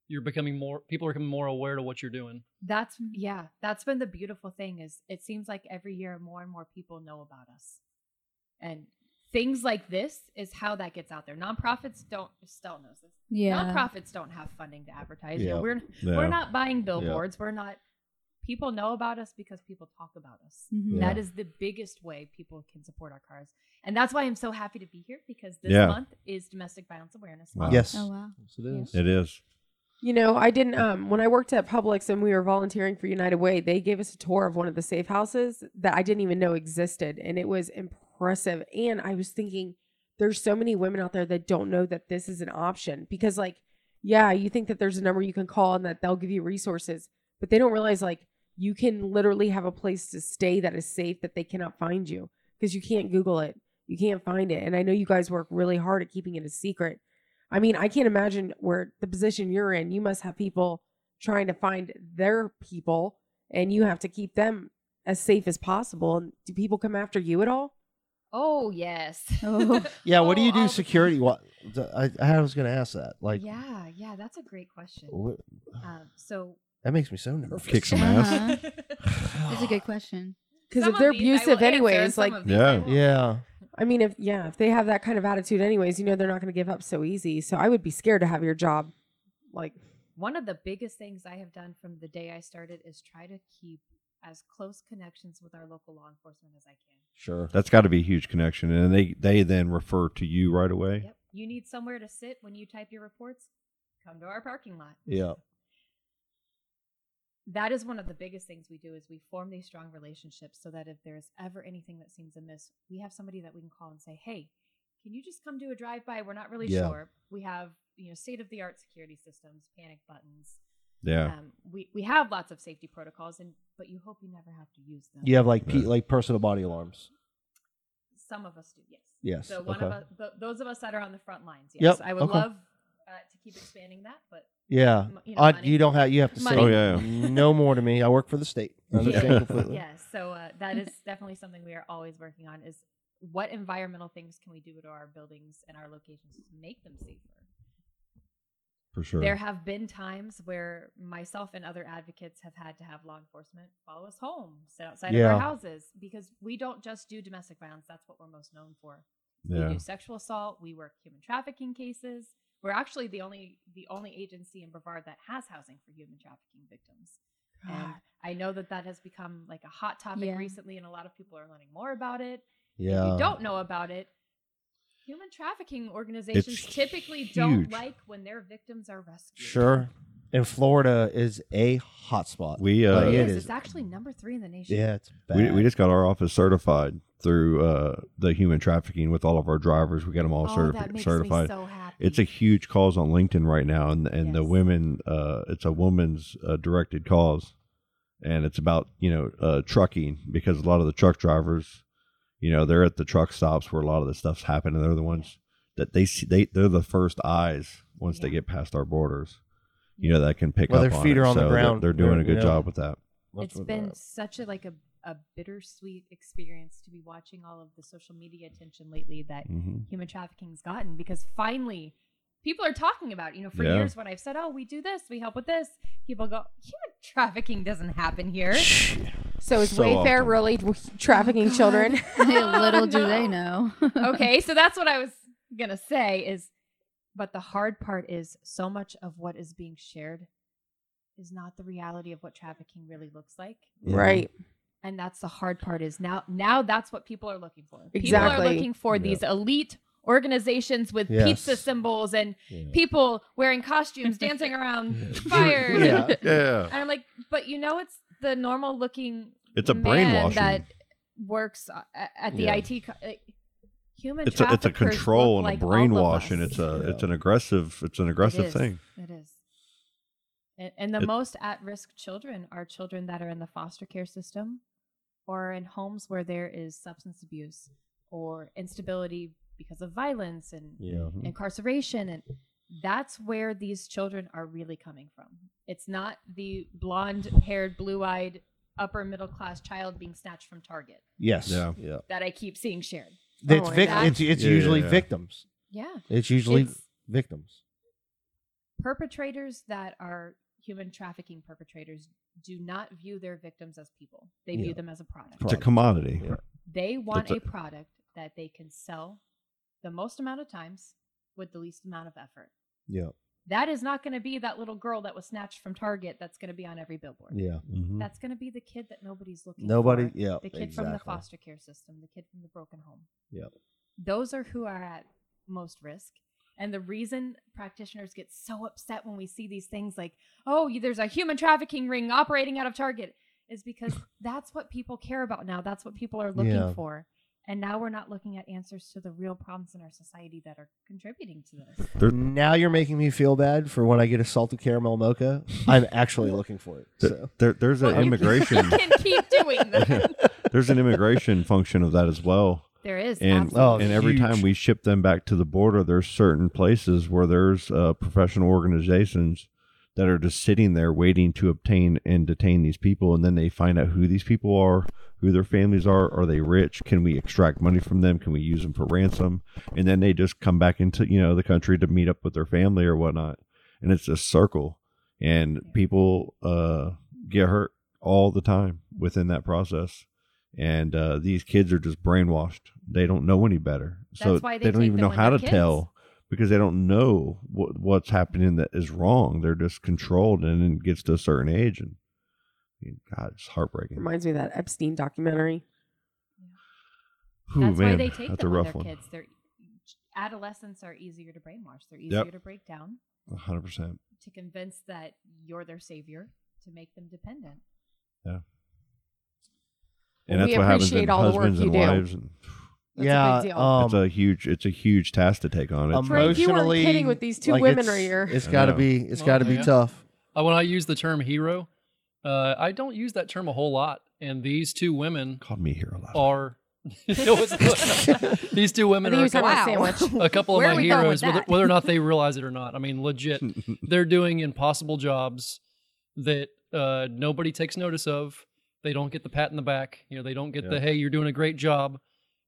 you're becoming more people are becoming more aware to what you're doing. That's yeah, that's been the beautiful thing is it seems like every year more and more people know about us. And things like this is how that gets out there. Nonprofits don't Estelle knows this. Yeah. Nonprofits don't have funding to advertise. You know, Yeah. We're Yeah. we're not buying billboards. We're not people know about us because people talk about us. Mhm. That Yeah. is the biggest way people can support our cars. And that's why I'm so happy to be here because this Yeah. month is domestic violence awareness Wow. month. Yes. Oh, wow. Yes, it is. It *laughs* is. You know, I didn't. Um, when I worked at Publix and we were volunteering for United Way, they gave us a tour of one of the safe houses that I didn't even know existed, and it was impressive. And I was thinking, there's so many women out there that don't know that this is an option because, like, yeah, you think that there's a number you can call and that they'll give you resources, but they don't realize like you can literally have a place to stay that is safe that they cannot find you because you can't Google it, you can't find it. And I know you guys work really hard at keeping it a secret. I mean, I can't imagine where the position you're in, you must have people trying to find their people and you have to keep them as safe as possible. And do people come after you at all? Oh yes. *laughs* Yeah. What do you do security? What I, I was going to ask that. Like, Oh, yeah, yeah, that's a great question. wh- Um, so that makes me so nervous. Kick some *laughs* ass. That's a good question. *laughs* Because Some if they're of these I abusive, will answer and anyways, some like, of these I Yeah. Yeah. I mean, if, yeah, if they have that kind of attitude, anyways, you know, they're not going to give up so easy. So I would be scared to have your job. Like, one of the biggest things I have done from the day I started is try to keep as close connections with our local law enforcement as I can. Sure. That's got to be a huge connection, and they they then refer to you right away. Yep. You need somewhere to sit when you type your reports? Come to our parking lot. Yeah. That is one of the biggest things we do is we form these strong relationships so that if there is ever anything that seems amiss, we have somebody that we can call and say, "Hey, can you just come do a drive by? We're not really Yeah. sure. We have, you know, state of the art security systems, panic buttons. Yeah. Um, we we have lots of safety protocols and but you hope you never have to use them. You have like pe- like personal body alarms. Some of us do, yes. Yes, So one of okay. us, th- those of us that are on the front lines, Yep, yes. I would okay. love uh, to keep expanding that, but Yeah. m- I- money. you don't have. You have to say Money. Oh, no more to me. I work for the state. I understand Yeah. completely. Yes. So uh, that is definitely something we are always working on: is what environmental things can we do to our buildings and our locations to make them safer? For sure. There have been times where myself and other advocates have had to have law enforcement follow us home, sit outside of Yeah. our houses, because we don't just do domestic violence. That's what we're most known for. Yeah. We do sexual assault. We work human trafficking cases. We're actually the only the only agency in Brevard that has housing for human trafficking victims. And God. I know that that has become like a hot topic Yeah. recently, and a lot of people are learning more about it. If *laughs* Yeah. you don't know about it, human trafficking organizations typically don't huge. like when their victims are rescued. Sure. And Florida is a hotspot. We, uh, Like, It it is. is. It's actually number three in the nation. Yeah. It's bad. we, we just got our office certified through uh, the human trafficking with all of our drivers. We got them all Oh, certifi- that makes me certified. so happy. It's a huge cause on LinkedIn right now, and and the Yes. women. Uh, it's a woman's uh, directed cause, and it's about you know uh, trucking because a lot of the truck drivers, you know, they're at the truck stops where a lot of the stuff's happening. They're the ones that they see. They they're the first eyes once they get past our borders. You know that can pick Well, up. their on feet it. are on the So they're- ground. They're, doing They're- a good yeah. job with that. That's it's what- been such a like a, a bittersweet experience to be watching all of the social media attention lately that Mhm. human trafficking's gotten because finally people are talking about it. you know for Yeah. years when i've said oh we do this we help with this people go human trafficking doesn't happen here Oh, so is So Wayfair often. really trafficking *laughs* children? Little do they know. *laughs* okay so that's what i was gonna say is but the hard part is so much of what is being shared is not the reality of what trafficking really looks like Right. And that's the hard part is now now that's what people are looking for. People are Exactly. looking for these elite organizations with Yes. pizza symbols and people wearing *laughs* costumes dancing around *laughs* fire. *laughs* Yeah. Yeah. And I'm like, but you know it's the normal looking It's a man brainwashing. that works a- a- at the Yeah. IT co- uh, human It's a it's a traffickers look control and like a all of brainwash, us. and it's a it's an aggressive it's an aggressive It is. thing. It is. And, and the It- most at risk children are children that are in the foster care system or in homes where there is substance abuse or instability because of violence and Yeah. incarceration. And that's where these children are really coming from. It's not the blonde haired, blue eyed, upper middle class child being snatched from Target Yes. Yeah. Yeah. that I keep seeing shared. That's vic- God. it's it's Yeah, yeah, usually yeah. victims. Yeah. It's usually It's- victims. perpetrators that are human trafficking perpetrators do not view their victims as people. They Yeah. view them as a product. It's a commodity. They want It's a- a product that they can sell the most amount of times with the least amount of effort. Yeah. That is not going to be that little girl that was snatched from Target that's going to be on every billboard. Yeah. Mm-hmm. Mhm. That's going to be the kid that nobody's looking Nobody- for. yeah, The kid from the exactly. foster care system, the kid from the broken home Yeah. those are who are at most risk. And the reason practitioners get so upset when we see these things like, oh, you- there's a human trafficking ring operating out of Target is *laughs* because that's what people care about now. That's what people are looking Yeah. for. And now we're not looking at answers to the real problems in our society that are contributing to this. now you're making me feel bad for when I get a salted caramel mocha. *laughs* I'm actually looking for it. Th- So there- there's an *laughs* *laughs* immigration You can keep *laughs* doing that. there's an immigration function of that as well. There is, and absolutely. and Oh, every huge. time we ship them back to the border, there's certain places where there's uh, professional organizations that are just sitting there waiting to obtain and detain these people, and then they find out who these people are, who their families are, are they rich? Can we extract money from them? Can we use them for ransom? And then they just come back into you know the country to meet up with their family or whatnot, and it's a circle, and people uh, get hurt all the time within that process and uh, these kids are just brainwashed. They don't know any better, so That's why they don't take even them know when how to they're kids. tell because they don't know what what's happening that is wrong. They're just controlled, and then it gets to a certain age, and I mean, God, it's heartbreaking. Reminds me of that Epstein documentary. Ooh, that's why man, they take that's them a when rough they're one. kids. They're, adolescents are easier to brainwash. They're easier to break down. One hundred percent. to convince that you're their savior to make them dependent. And Well, that's we what happens appreciate in all the work husbands and you do. wives. And That's Yeah, a big deal. um, it's a huge, it's a huge task to take on. It's Frank, you weren't emotionally, kidding with these two like, women it's- earlier. It's I got to know. be. It's Well, got to be yeah. tough. Uh, when I use the term hero, uh, I don't use that term a whole lot. And these two women called me hero. Last are. *laughs* It *laughs* was- these two women I are a think you were couple, talking about sandwich. a couple of Where are my we going heroes, with whether, that? whether or *laughs* not they realize it or not. I mean, *laughs* legit, they're doing impossible jobs that uh, nobody takes notice of. They don't get the pat in the back. You know, they don't get the Yeah. hey, you're doing a great job,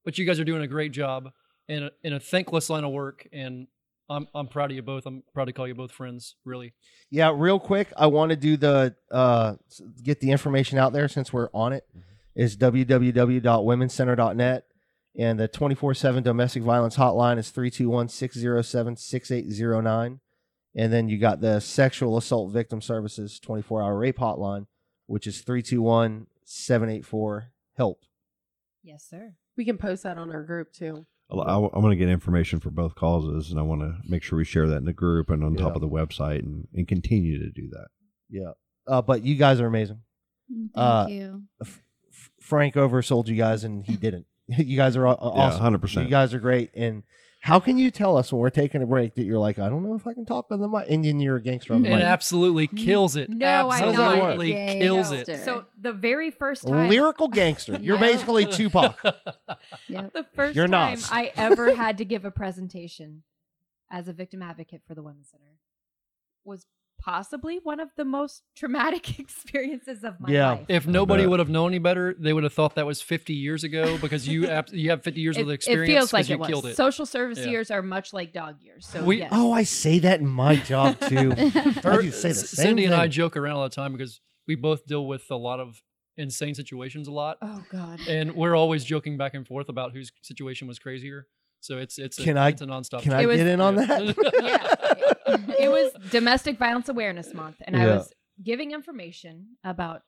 but you guys are doing a great job in a, in a thankless line of work. And I'm I'm proud of you both. I'm proud to call you both friends. Really, Yeah, real quick, I want to do the uh s- get the information out there since we're on it. Is www.womencenter.net and the 24/7 domestic violence hotline is 321-607-6809 and then you got the sexual assault victim services 24-hour rape hotline which is 321-784 help. Yes, sir. We can post that on our group too. I, want to get information for both causes, and I want to make sure we share that in the group and on top Yeah. of the website, and, and continue to do that. Yeah. Uh, but you guys are amazing. Thank Uh, you. F- F- Frank oversold you guys, and he didn't. *laughs* you guys are aw- aw- Yeah, awesome. 100%. You guys are great. And how can you tell us when we're taking a break that you're like, I don't know if I can talk on the mic, and then you're against it the mic. absolutely kills it. No, I'm absolutely not. kills it. So the very first time, Lyrical gangster. You're basically *laughs* Tupac. *laughs* the first You're time not. I ever had to give a presentation as a victim advocate for the Women's Center was possibly one of the most traumatic *laughs* experiences of my Yeah. life. If I nobody bet. would have known any better, they would have thought that was 50 years ago because *laughs* you ab- you have 50 years It, of it experience. feels 'cause like you it was. killed it. Social service Yeah. years are much like dog years. So We- yes. Oh, I say that in my job *laughs* too. *laughs* I *laughs* Her- do say the C- same Cindy thing. and I joke around all the time because we both deal with a lot of insane situations a lot, oh God. and we're always joking back and forth about whose situation was crazier. So it's it's a, Can I- it's a nonstop. can I joke. was- get in on Yeah. *laughs* that? it was domestic violence awareness month and i Yeah. was giving information about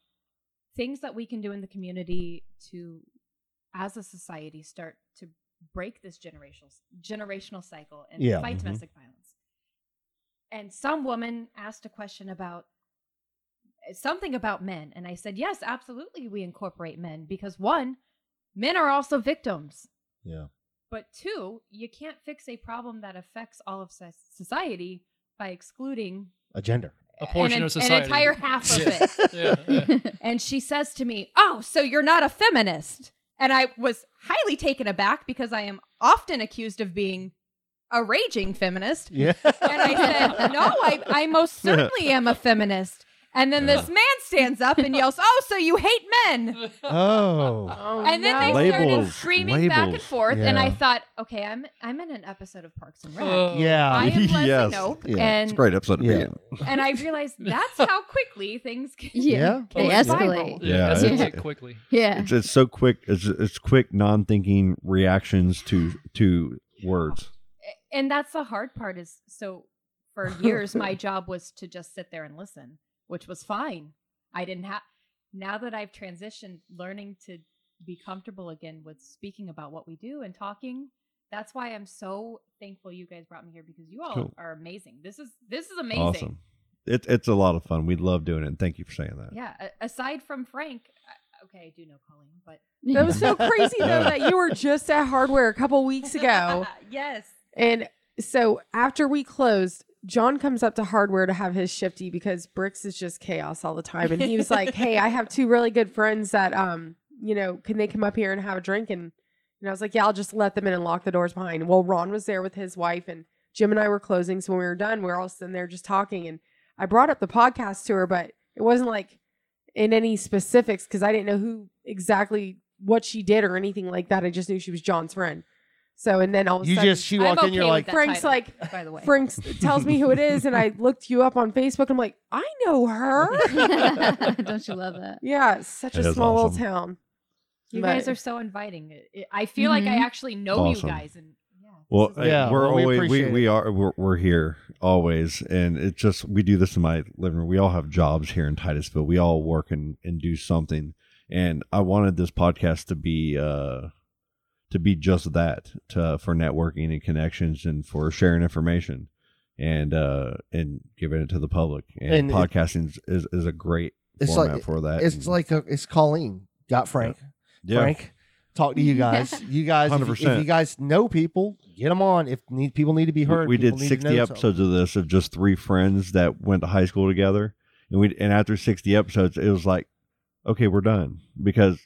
things that we can do in the community to, as a society, start to break this generational generational cycle and Yeah. fight Mhm. domestic violence. And some woman asked a question about eh, something about men, and I said, yes, absolutely, we incorporate men because one, men are also victims. Yeah. But two, you can't fix a problem that affects all of soc- society by excluding A gender. A portion an, of society. an entire half of Yeah. it. *laughs* Yeah, yeah. And she says to me, "Oh, so you're not a feminist?" And I *laughs* was highly taken aback because I am often accused of being a raging feminist. Yeah. And I *laughs* said, "No, *laughs* I, I most certainly am a feminist." And then this man stands up and yells, "Oh, so you hate men?" Oh. and then they started Labels, screaming back and labels. forth, and I Yeah. thought, "Okay, I'm I'm in an episode of Parks and Rec." Oh. Yeah. I am *laughs* Leslie Yes. Nope, Yeah. and It's a great episode to Yeah. be in. and I realized that's how quickly things can Yeah. Oh, can They spiral. escalate. Yeah, Yeah, that's it's- it quickly. Yeah. It's, it's so quick. It's, it's quick, non-thinking reactions to to words. And that's the hard part is so *laughs* for years my job was to just sit there and listen, which was fine. I didn't have now that I've transitioned learning to be comfortable again with speaking about what we do and talking. That's why I'm so thankful you guys brought me here because you all Cool. are amazing. This is this is amazing. Awesome. It, it's a lot of fun. We love doing it. And thank you for saying that. Yeah, a- aside from Frank, I, okay, I do know Colleen, but That was so crazy though Yeah. that you were just at hardware a couple weeks ago. yes. And so after we closed, John comes up to hardware to have his shifty because Bricks is just chaos all the time. And he was like, Hey, I have two really good friends that um, you know, can they come up here and have a drink? And and I was like, Yeah, I'll just let them in and lock the doors behind. Well, Ron was there with his wife and Jim and I were closing. So when we were done, we were all sitting there just talking. And I brought up the podcast to her, but it wasn't like in any specifics because I didn't know who exactly what she did or anything like that. I just knew she was John's friend. So and then all of a You sudden, just she I'm walked in, okay you're with like, that Frank's title, like, by the way. Frank s- tells me who it is, and I looked you up on Facebook. I'm like, I *laughs* know *laughs* her. *laughs* Don't you love that? yeah, it's such That a is small little awesome. town. You But- Mm-hmm. guys are so inviting. It- it- I feel like I Mhm. actually know Awesome. you guys, and yeah. this Well, is- uh, Yeah, we're well, we always we, appreciate we are we're, we're here always, and it's just we do this in my living room. We all have jobs here in Titusville. We all work and and do something. And I wanted this podcast to be uh to be just that to for networking and connections and for sharing information and uh and giving it to the public. And, And it- podcasting is, is a great It's format like- for that. it's And- like a, it's Colleen got Frank. yeah. Frank, talk *laughs* to you guys. You guys, if, you- 100%. if you guys know people, get them on. If need, people need to be We- heard, We, people did need to 60 know episodes of this of just three friends that went to high school together. And we and after 60 episodes, it was like, okay, we're done because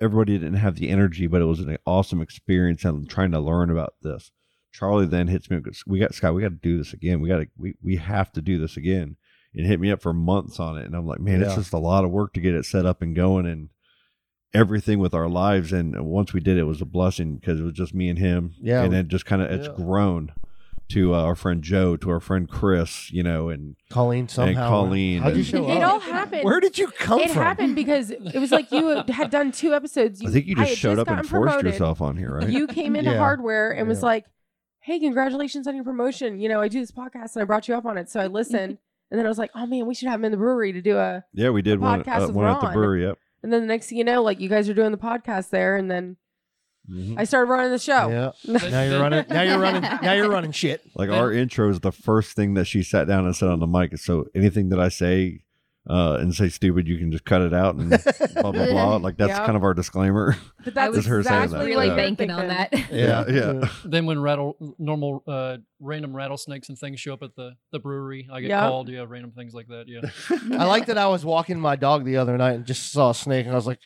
everybody didn't have the energy, but it was an awesome experience and trying to learn about this. Charlie then hits me up, goes, we got Scott, we got to do this again. We got to we, we have to do this again. And hit me up for months on it. And I'm like, man, it's Yeah. just a lot of work to get it set up and going and everything with our lives. And once we did, it was a blessing because it was just me and him. Yeah. And it just kind of it's Yeah. grown to uh, our friend Joe, to our friend Chris, you know, and Colleen somehow. Colleen how'd you and- show it all up? happened. Where did you come it from? happened because it was like you had done two episodes. I think you I just had showed up and gotten forced promoted. yourself on here, right? You came into Yeah. hardware and was Yeah. like, "Hey, congratulations on your promotion! You know, I do this podcast and I brought you up on it." So I *laughs* listened, and then I was like, "Oh man, we should have him in the brewery to do a." *laughs* yeah, we did The one, podcast uh, with one at the Ron. brewery. Yep. And then the next thing you know, like you guys are doing the podcast there, and then Mm-hmm. I started running the show. Yeah. Now you're running. Now you're running. Now you're running *laughs* shit. Like our intro is the first thing that she sat down and said on the mic. So anything that I say uh, and say stupid, you can just cut it out and blah blah blah. Like that's Yeah. kind of our disclaimer. But I that's was Just her saying exactly that, really yeah. what you're banking on thinking. that. *laughs* yeah. *laughs* Then when rattle normal uh, random rattlesnakes and things show up at the, the brewery, I get Yeah. called. Yeah, random things like that. Yeah, I like that. I was walking my dog the other night and just saw a snake, and I was like,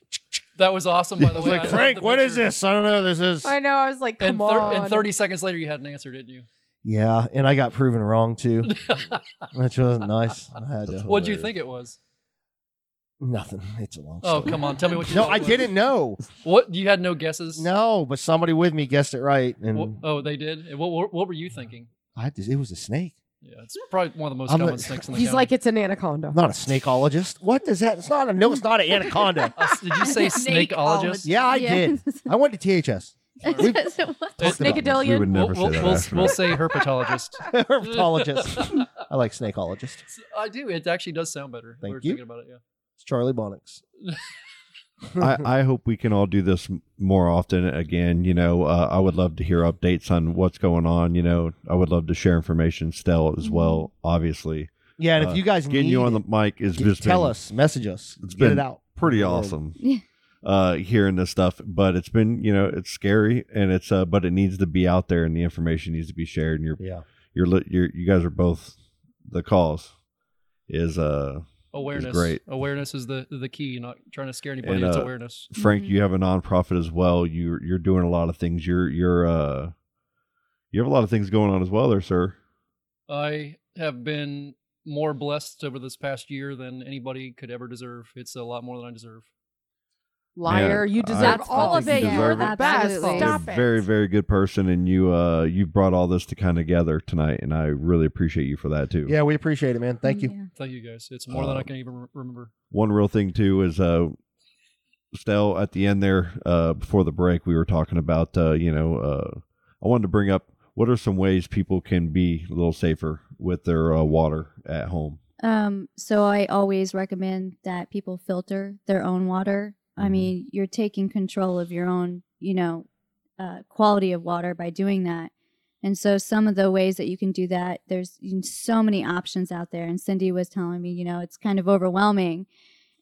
that was awesome. By *laughs* I the was way, like I love Frank, the what is picture. this? I don't know. What this is. I know. I was like, And, come thir- on. and thirty seconds later, you had an answer, didn't you? *laughs* Yeah, and I got proven wrong too, which wasn't nice. I had to. What would you think it was? Nothing. It's a long Oh story. come on, tell me what. You No, thought I it was. *laughs* didn't know. What you had no guesses? No, but somebody with me guessed it right, and Wha- oh, they did. And What, what what were you thinking? I just, it was a snake. Yeah, it's probably one of the most I'm a- common snakes in the He's county. like, it's an anaconda. I'm not a snakeologist. What does that? It's not a no. It's not an *laughs* anaconda. Uh, did you say snakeologist? *laughs* Yeah, I Yeah. did. I went to THS. We- It's Talked about We would Snakeadillion. never we'll, say that. we'll, after we'll that. say herpetologist. *laughs* *laughs* herpetologist. I like snakeologist. I do. It actually does sound better. Thank we were you. thinking about it. Yeah. It's Charlie Bonnix. *laughs* I, I hope we can all do this m- more often again. You know, uh, I would love to hear updates on what's going on. You know, I would love to share information still as well. Obviously, Yeah, and if Uh, you guys getting Mm-hmm. need you on the it, mic is get- just tell been- us, message us, It's get been it out. Pretty Yeah. awesome. Yeah. Uh, hearing this stuff, but it's been you know it's scary and it's uh, but it needs to be out there and the information needs to be shared and you're Yeah. you're li- you're you guys are both the cause is uh is Awareness. great Awareness is the the key. You're not trying to scare anybody. And, it's uh, awareness. Frank, Mm-hmm. you have a nonprofit as well. You're you're doing a lot of things. You're you're uh you have a lot of things going on as well there, sir. I have been more blessed over this past year than anybody could ever deserve. It's a lot more than I deserve. *laughs* Liar, Yeah, you I- deserve That's all of fucking it. You're deserve the it. best. Absolutely. Stop You're it. a very, very good person and you uh you brought all this to kind of gather tonight and I really appreciate you for that too. Yeah, we appreciate it, man. Thank you. Thank you guys. It's more than I Um, can even re- remember. One real thing too is uh Stell at the end there uh before the break we were talking about uh you know uh I wanted to bring up what are some ways people can be a little safer with their uh, water at home. Um, so I always recommend that people filter their own water. I mean, you're taking control of your own, you know, uh, quality of water by doing that. And so some of the ways that you can do that, there's so many options out there. And Cindy was telling me, you know, it's kind of overwhelming.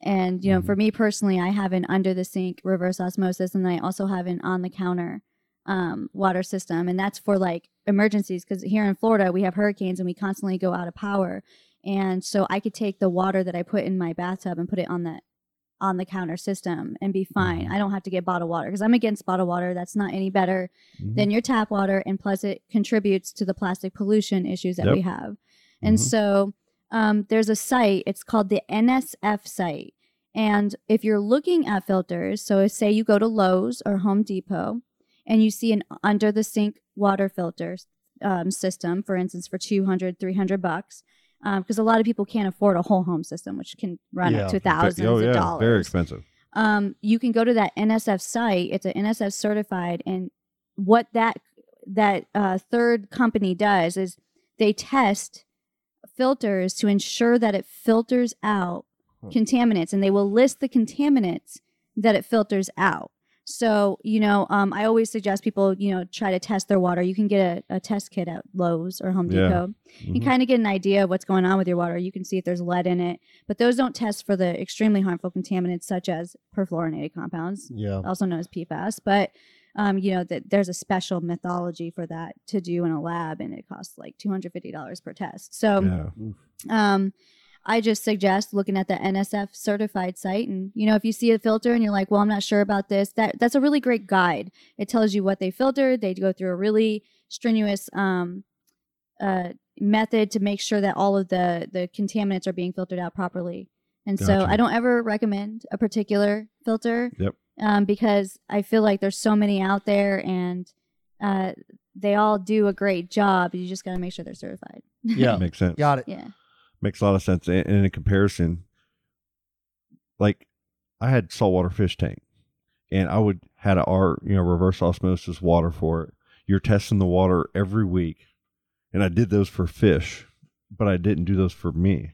And, you know, for me personally, I have an under the sink reverse osmosis and I also have an on the counter um, water system. And that's for like emergencies because here in Florida, we have hurricanes and we constantly go out of power and so i could take the water that i put in my bathtub and put it on the on the counter system and be fine i don't have to get bottled water because i'm against bottled water that's not any better Mm-hmm. than your tap water and plus it contributes to the plastic pollution issues that we Yep. have and Mhm. so um, there's a site it's called the nsf site and if you're looking at filters so if, say you go to lowes or home depot and you see an under the sink water filter um, system for instance for 200 300 bucks because a lot of people can't afford a whole home system which can run Yeah. up to thousands Oh, yeah, of dollars Very expensive. um, you can go to that NSF site. It's an NSF certified, and what that that uh, third company does is they test filters to ensure that it filters out contaminants, and they will list the contaminants that it filters out. So you know, um, I always suggest people you know try to test their water. You can get a, a test kit at Lowe's or Home Yeah. Depot you Mhm. kind of get an idea of what's going on with your water. You can see if there's lead in it, but those don't test for the extremely harmful contaminants such as perfluorinated compounds, Yeah. also known as PFAS. But um, you know that there's a special methodology for that to do in a lab, and it costs like two hundred fifty dollars per test. So yeah. um, I just suggest looking at the NSF certified site, and you know if you see a filter and you're like, "Well, I'm not sure about this," that that's a really great guide. It tells you what they filtered. They go through a really strenuous um, uh, method to make sure that all of the the contaminants are being filtered out properly. And so Gotcha. I don't ever recommend a particular filter Yep. um, because I feel like there's so many out there, and uh, they all do a great job. You just got to make sure they're certified. Yeah. Makes sense. *laughs* Got it. yeah. Makes a lot of sense. And, and in comparison, like I had saltwater fish tank and I would had a R, you know, reverse osmosis water for it. You're testing the water every week. And I did those for fish, but I didn't do those for me.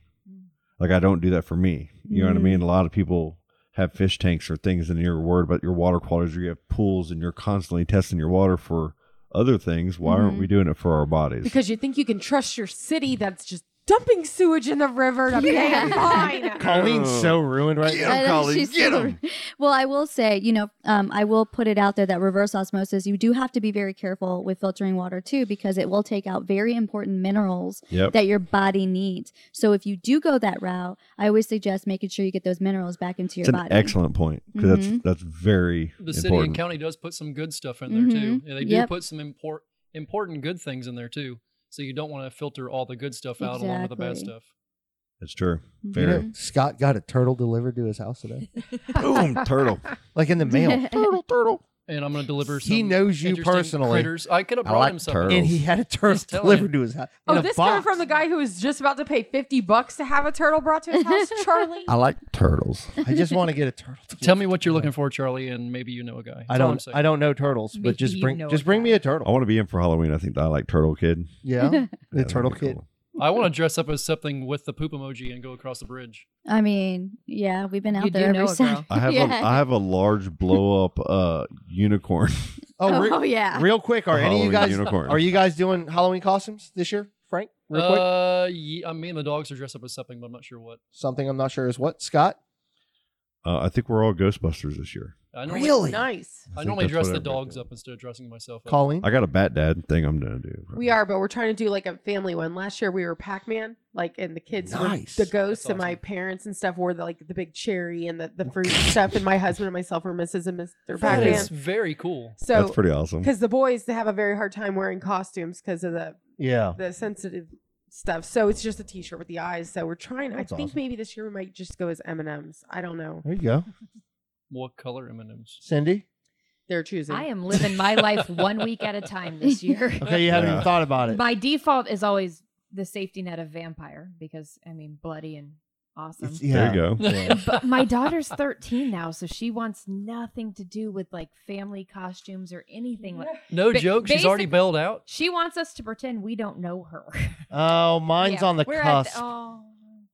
Like I don't do that for me. You know what I Mm. mean? A lot of people have fish tanks or things and you're worried about your water quality or you have pools and you're constantly testing your water for other things. Why aren't Mhm. we doing it for our bodies? Because you think you can trust your city that's just dumping sewage in the river to pay a fine. Colleen's Oh. so ruined right now. I know, she's still- Well, I will say, you know, um, I will put it out there that reverse osmosis, you do have to be very careful with filtering water too, because it will take out very important minerals Yep. that your body needs. So if you do go that route, I always suggest making sure you get those minerals back into your It's an body. excellent point because Mhm. that's that's very The city and important. county does put some good stuff in there too. Mhm. Yeah, they Yep. do put some import important good things in there too. So you don't want to filter all the good stuff out along with the bad Exactly. stuff. That's true. Mhm. You Very *laughs* know, Scott got a turtle delivered to his house today, boom turtle. like in the mail. And I'm going to deliver. Some He knows you interesting personally. Critters. I could have I brought like him something. and he had a turtle Just telling you. delivered to his house. in Oh, a this coming box. from the guy who was just about to pay 50 bucks to have a turtle brought to his *laughs* house, Charlie. Oh, I like turtles. I just want to get a turtle. delivered. *laughs* Tell me what you're looking for, Charlie, and maybe you know a guy. I don't. I don't know turtles, but Maybe just you bring know just a bring guy. me a I turtle. want to be in for Halloween. I think that I like Turtle Kid. Yeah, Oh. Yeah, the that'd turtle be kid. cool. I want to dress up as something with the poop emoji and go across the bridge. I mean, yeah, we've been out You do there know ever a girl. since. I *laughs* have yeah. a I have a large blow up uh unicorn. *laughs* Oh, re- yeah. Real quick, are A any of you Halloween guys unicorn. are you guys doing Halloween costumes this year, Frank? Real quick, Uh, yeah, me and the dogs are dressed up as something, but I'm not sure what. something I'm not sure is what Scott. Uh, I think we're all Ghostbusters this year. I normally, Really? Nice. I think normally that's dress what the everybody's dogs up instead of dressing myself up. Colleen, I got a Bat Dad thing I'm gonna do. We are, but we're trying to do like a family one. Last year we were Pac Man, like, and the kids, were Nice. the ghosts, That's and my awesome. parents and stuff wore the like the big cherry and the, the fruit and stuff, and my husband and myself were Mrs. and Mr. Pac That Man. is very cool. So, That's pretty awesome. because the boys they have a very hard time wearing costumes because of the Yeah. the sensitive stuff. So it's just a T-shirt with the eyes. So we're trying. That's I think awesome. maybe this year we might just go as M and M's. I don't know. There you go, What color M&Ms? Cindy. They're choosing. I am living my life one week at a *laughs* time this year. Okay, you haven't Yeah. even thought about it. My default is always the safety net of vampire because I mean bloody and awesome. It's- There yeah. you go. Yeah. but my daughter's 13 now, so she wants nothing to do with like family costumes or anything. Like No Ba- joke. She's already basic- bailed out. she wants us to pretend we don't know her. Oh, mine's Yeah, on the we're at cusp. oh,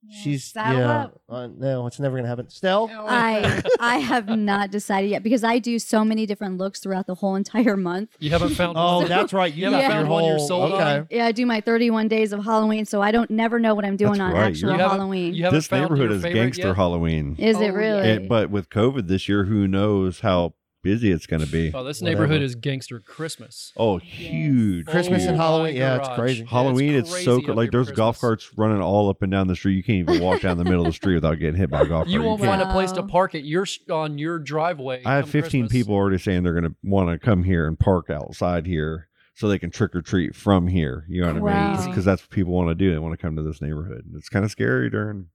yeah, She's saddle yeah. up. Uh, no, it's never gonna happen. Stell, I *laughs* I have not decided yet because I do so many different looks throughout the whole entire month. *laughs* You haven't found. Oh, that's right. You You got haven't your found one you're whole- sold okay. on. Yeah, I do my 31 days of Halloween, so I don't never know what I'm doing That's on right, actual you're- You haven't- Halloween. You *laughs* haven't This found neighborhood your is favorite gangster yet? Is Halloween. it Oh, really? And- but with COVID this year, who knows how busy it's gonna be? Oh, this Whatever. neighborhood is gangster Christmas. Oh, Yes. huge. Christmas Oh and my Halloween, yeah, it's garage. crazy. Yeah, Halloween, it's, so crazy good. up Like here there's golf Christmas. carts running all up and down the street. You can't even walk down the middle of the street without getting hit by a golf cart. You won't can't. find a place to Wow. park it. You're on your driveway. I have come 15 Christmas. people already saying they're going to want to come here and park outside here so they can trick or treat from here. You know what I mean? Wow. Because that's what people want to do. They want to come to this neighborhood. And It's kind of scary during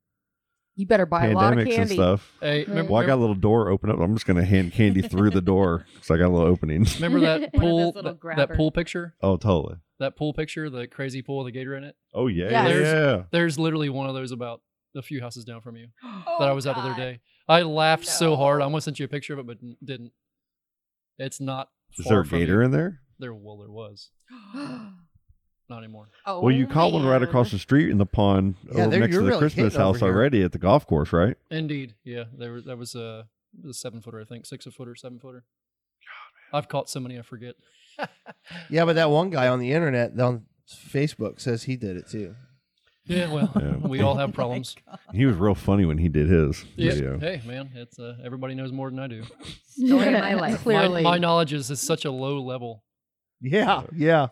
You better buy a lot of pandemics and candy. *gasps* stuff. Hey, Right. remember, Well, I got a little door open up. I'm just going to hand candy through the door because I got a little opening. *laughs* remember *laughs* that *laughs* One of pool? those that- little that grabber. pool picture? Oh, totally. That pool picture? The crazy pool with the gator in it? Oh, yeah. Yeah. Yeah. There's- yeah. There's literally one of those about a few houses down from you Oh, that I was at the other God. day. I laughed so hard. I almost sent you a picture of it, but n- didn't. It's not. Is far there a from gator you. in there? There, well, there was. Not anymore. *gasps* Oh, well, you caught one right man. Oh, across the street in the pond Yeah, over there- next to you're the really Christmas hitting over house here. already at the golf course, right? Indeed, yeah. There was that was a, it was a seven footer, I think, six a footer, seven footer. I've caught so many I forget. Yeah, but that one guy on the internet on Facebook says he did it too. Yeah, well, Yeah. we *laughs* all Oh, have problems. He was real funny when he did his Yeah. video. Hey, man, it's uh, everybody knows more than I do. Story of *laughs* my life. Clearly. my, my knowledge is, is such a low level. Yeah, yeah.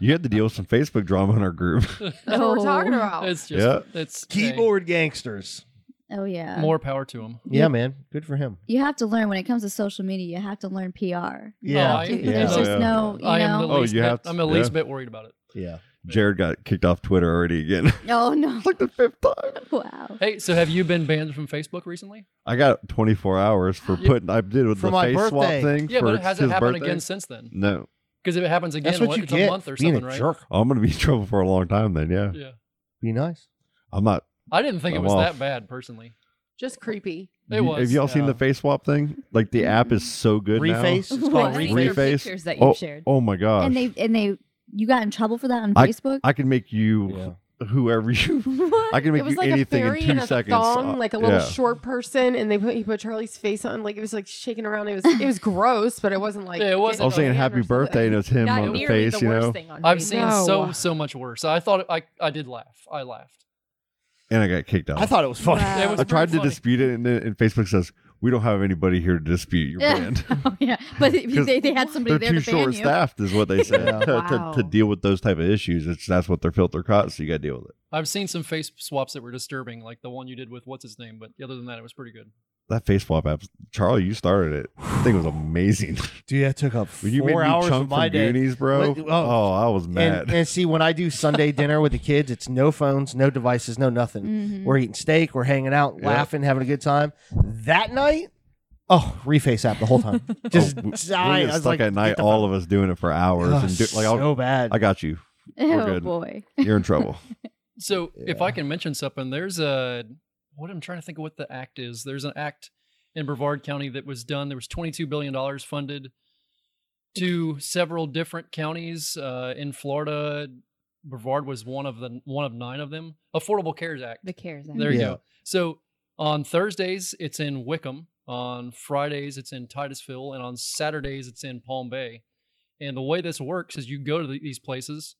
You had to deal with some Facebook drama in our group. *laughs* That's what we're Oh. talking about. It's just Yeah. it's hey, Keyboard gangsters. Oh yeah. more power to him. Yeah, man. Good for him. You have to learn when it comes to social media. You have to learn PR. Yeah, Oh, I- yeah. There's just Yeah. no, you I am the know. Oh, least. you bit, have to- I'm the least yeah. bit worried about it. Yeah. Jared got kicked off Twitter already again. *laughs* *laughs* oh no! like the fifth time. Wow. Hey, so have you been banned from Facebook recently? I got 24 hours for Yeah. putting. I did with For the my face swap birthday. thing. Yeah, for but it hasn't his happened birthday. again since then. No, Oh, Because if it happens again, That's what you it's get. a month or being something, a right? jerk. I'm gonna be in trouble for a long time. Then, yeah, Yeah, Be nice. I'm not. I didn't think I'm it was off. that bad personally. just creepy. *laughs* It You- was. Have y'all seen yeah. the face swap thing? Like the app is so good Reface. It's called What? These are reface. Reface. pictures that now. you've Oh, shared. oh my gosh! And they and they, you got in trouble for that on Facebook. I can make you Yeah. whoever *laughs* you. What? I can it make was you like anything a in fairy two and a seconds. Thong, Uh, like a little yeah. short person, and they put he put Charlie's face on. Like it was like shaking around. It was it *laughs* was gross, but it wasn't like Yeah, it getting wasn't I was a saying banned happy or something. birthday, and it's him Not on the nearly face. the you worst know, thing on I've Facebook. seen No. so so much worse. I thought it, I I did laugh. I *gasps* laughed. and I got kicked out. I thought it was funny. Wow. It was I pretty tried to funny. dispute it, and, then- and Facebook says we don't have anybody here to dispute *laughs* your Yeah. band. oh yeah, but if you- *laughs* 'Cause they, they had somebody they're there to too ban short you. staffed, is what they said *laughs* Yeah. to, Wow. to, to deal with those type of issues. It's that's what their filter caught, so you got to deal with it. I've seen some face swaps that were disturbing, like the one you did with what's his name. But other than that, it was pretty good. That face swap app, Charlie, you started it. I think it was amazing. Dude, that took up four When you made me hours chunk of my from day. Goonies, bro. Wait, oh, oh, I was mad. And, and see, when I do Sunday dinner with the kids, it's no phones, no devices, no nothing. Mhm. We're eating steak, we're hanging out, Yeah. laughing, having a good time. That night, oh, reface app the whole time. *laughs* Just Oh, we- we dying. get I was stuck like, at night, all of us doing it for hours, *laughs* and do, like, so I'll, bad. I got you. *laughs* We're Oh good. boy. You're in trouble. So if I Yeah. can mention something, there's a what I'm trying to think of what the act is. There's an act in Brevard County that was done. There was 22 billion dollars funded to several different counties uh, in Florida, Brevard was one of the one of nine of them. Affordable Cares Act. The CARES Act. There you Yeah. go. So on Thursdays it's in Wickham. On Fridays it's in Titusville, and on Saturdays it's in Palm Bay. And the way this works is you go to the- these places,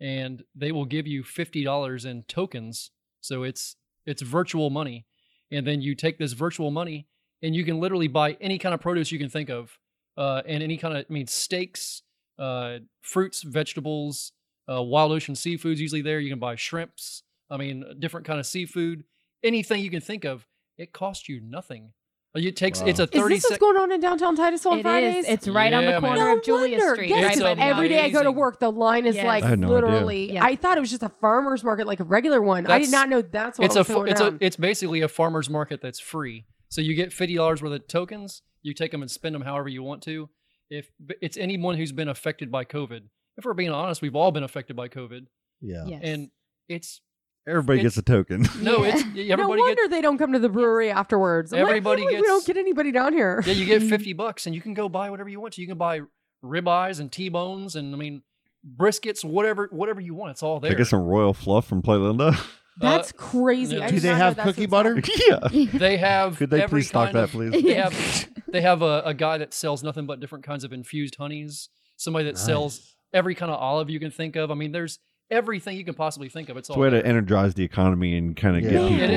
and they will give you fifty dollars in tokens. So it's it's virtual money, and then you take this virtual money and you can literally buy any kind of produce you can think of, uh, and any kind of I mean steaks, uh, fruits, vegetables, uh, wild ocean seafoods. Usually there you can buy shrimps. I mean uh, different kind of seafood, anything you can thinkk of. It costs you nothing. It takes it's a Is this thirty what's going on in downtown Titusville on It is. Fridays? It's right on the Yeah, man. corner No of Julia wonder. Street. Yes, right by the every day I go to mountain. work, the line is Yes. like I had no idea. literally. Yeah. I thought it was just a farmer's market, like a regular one. I did That's- not know that's what it's a was fu- going it's down. a it's basically a farmers market that's free. So you get fifty dollars worth of tokens. You take them and spend them however you want to. If but it's anyone who's been affected by COVID, if we're being honest, we've all been affected by COVID, Yeah. Yes. and *laughs* it's Everybody It- gets a token. no, it's no everybody wonder gets they don't come to the brewery afterwards. I'm like, I can't Everybody believe gets- We don't get anybody *laughs* down here. *laughs* yeah, you get fifty bucks and you can go buy whatever you want. to. You can buy ribeyes and t bones and I mean briskets, whatever whatever you want. It's all there. I get some royal fluff from Play *laughs* Linda. That's crazy. no. I Do did they not know have that's cookie what's butter? yeah. They have. *laughs* Could they every please stock kind of- that, *laughs* please? They *laughs* have. They have a, a guy that sells nothing but different kinds of infused honeys. Somebody that sells every kind of olive you can think of. I mean, there's everything you can possibly think of. It's It's all a way there. to energize the economy and kind of Yeah. get Yeah. people. It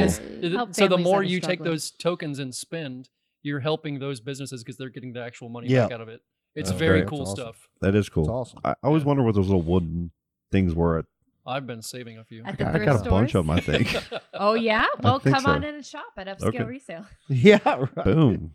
is. Help so the families more that are you take struggling. those tokens and spend, you're helping those businesses because they're getting the actual money Yeah. back out of it. It's That's very great. cool That's awesome. stuff. That is cool. It's awesome. I, I always wonder what those little wooden things were. At, I've been saving a few. At I the got, I thrift got a stores. bunch of them, I *laughs* *laughs* think. Oh yeah. Well, think come so. on in and shop at Upscale Okay. Resale. *laughs* Yeah. Right. Boom.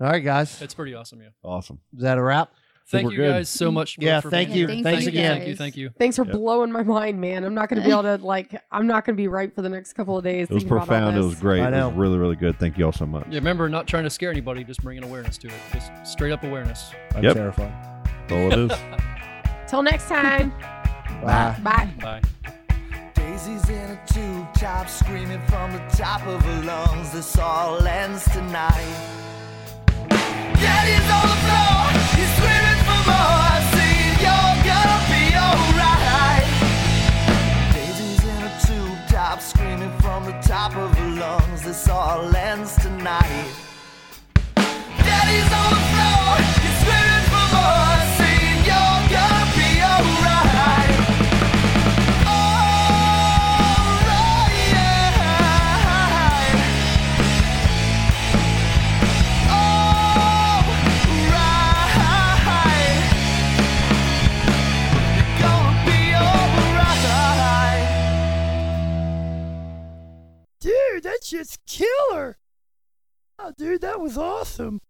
All right, guys. Is it's pretty awesome, yeah. Awesome. that a wrap? Thank we're you good. guys so much. for- Yeah, for thank being you. here. Thanks Thank you, again. Thank you. Thank you. Thanks for Yeah. blowing my mind, man. I'm not going to be able to like. I'm not going to be right for the next couple of days. It was thinking about all profound. It this. was great. I It was know. really, really good. Thank you all so much. Yeah, remember, not trying to scare anybody, just bringing awareness to it. Just straight up awareness. I'm Yep. terrified. That's all it is. Till next time. Bye. Bye. Bye. Daisy's in a tube top, screaming from the top of her lungs. This all ends tonight. Daddy's on the floor, he's screaming for more. Saying you're gonna be alright. Daisy's in a tube top, screaming from the top of her lungs. This all ends tonight. Daddy's on the floor, he's screaming for more. Saying you're gonna be alright. Dude, that shit's killer! Oh, dude, that was awesome.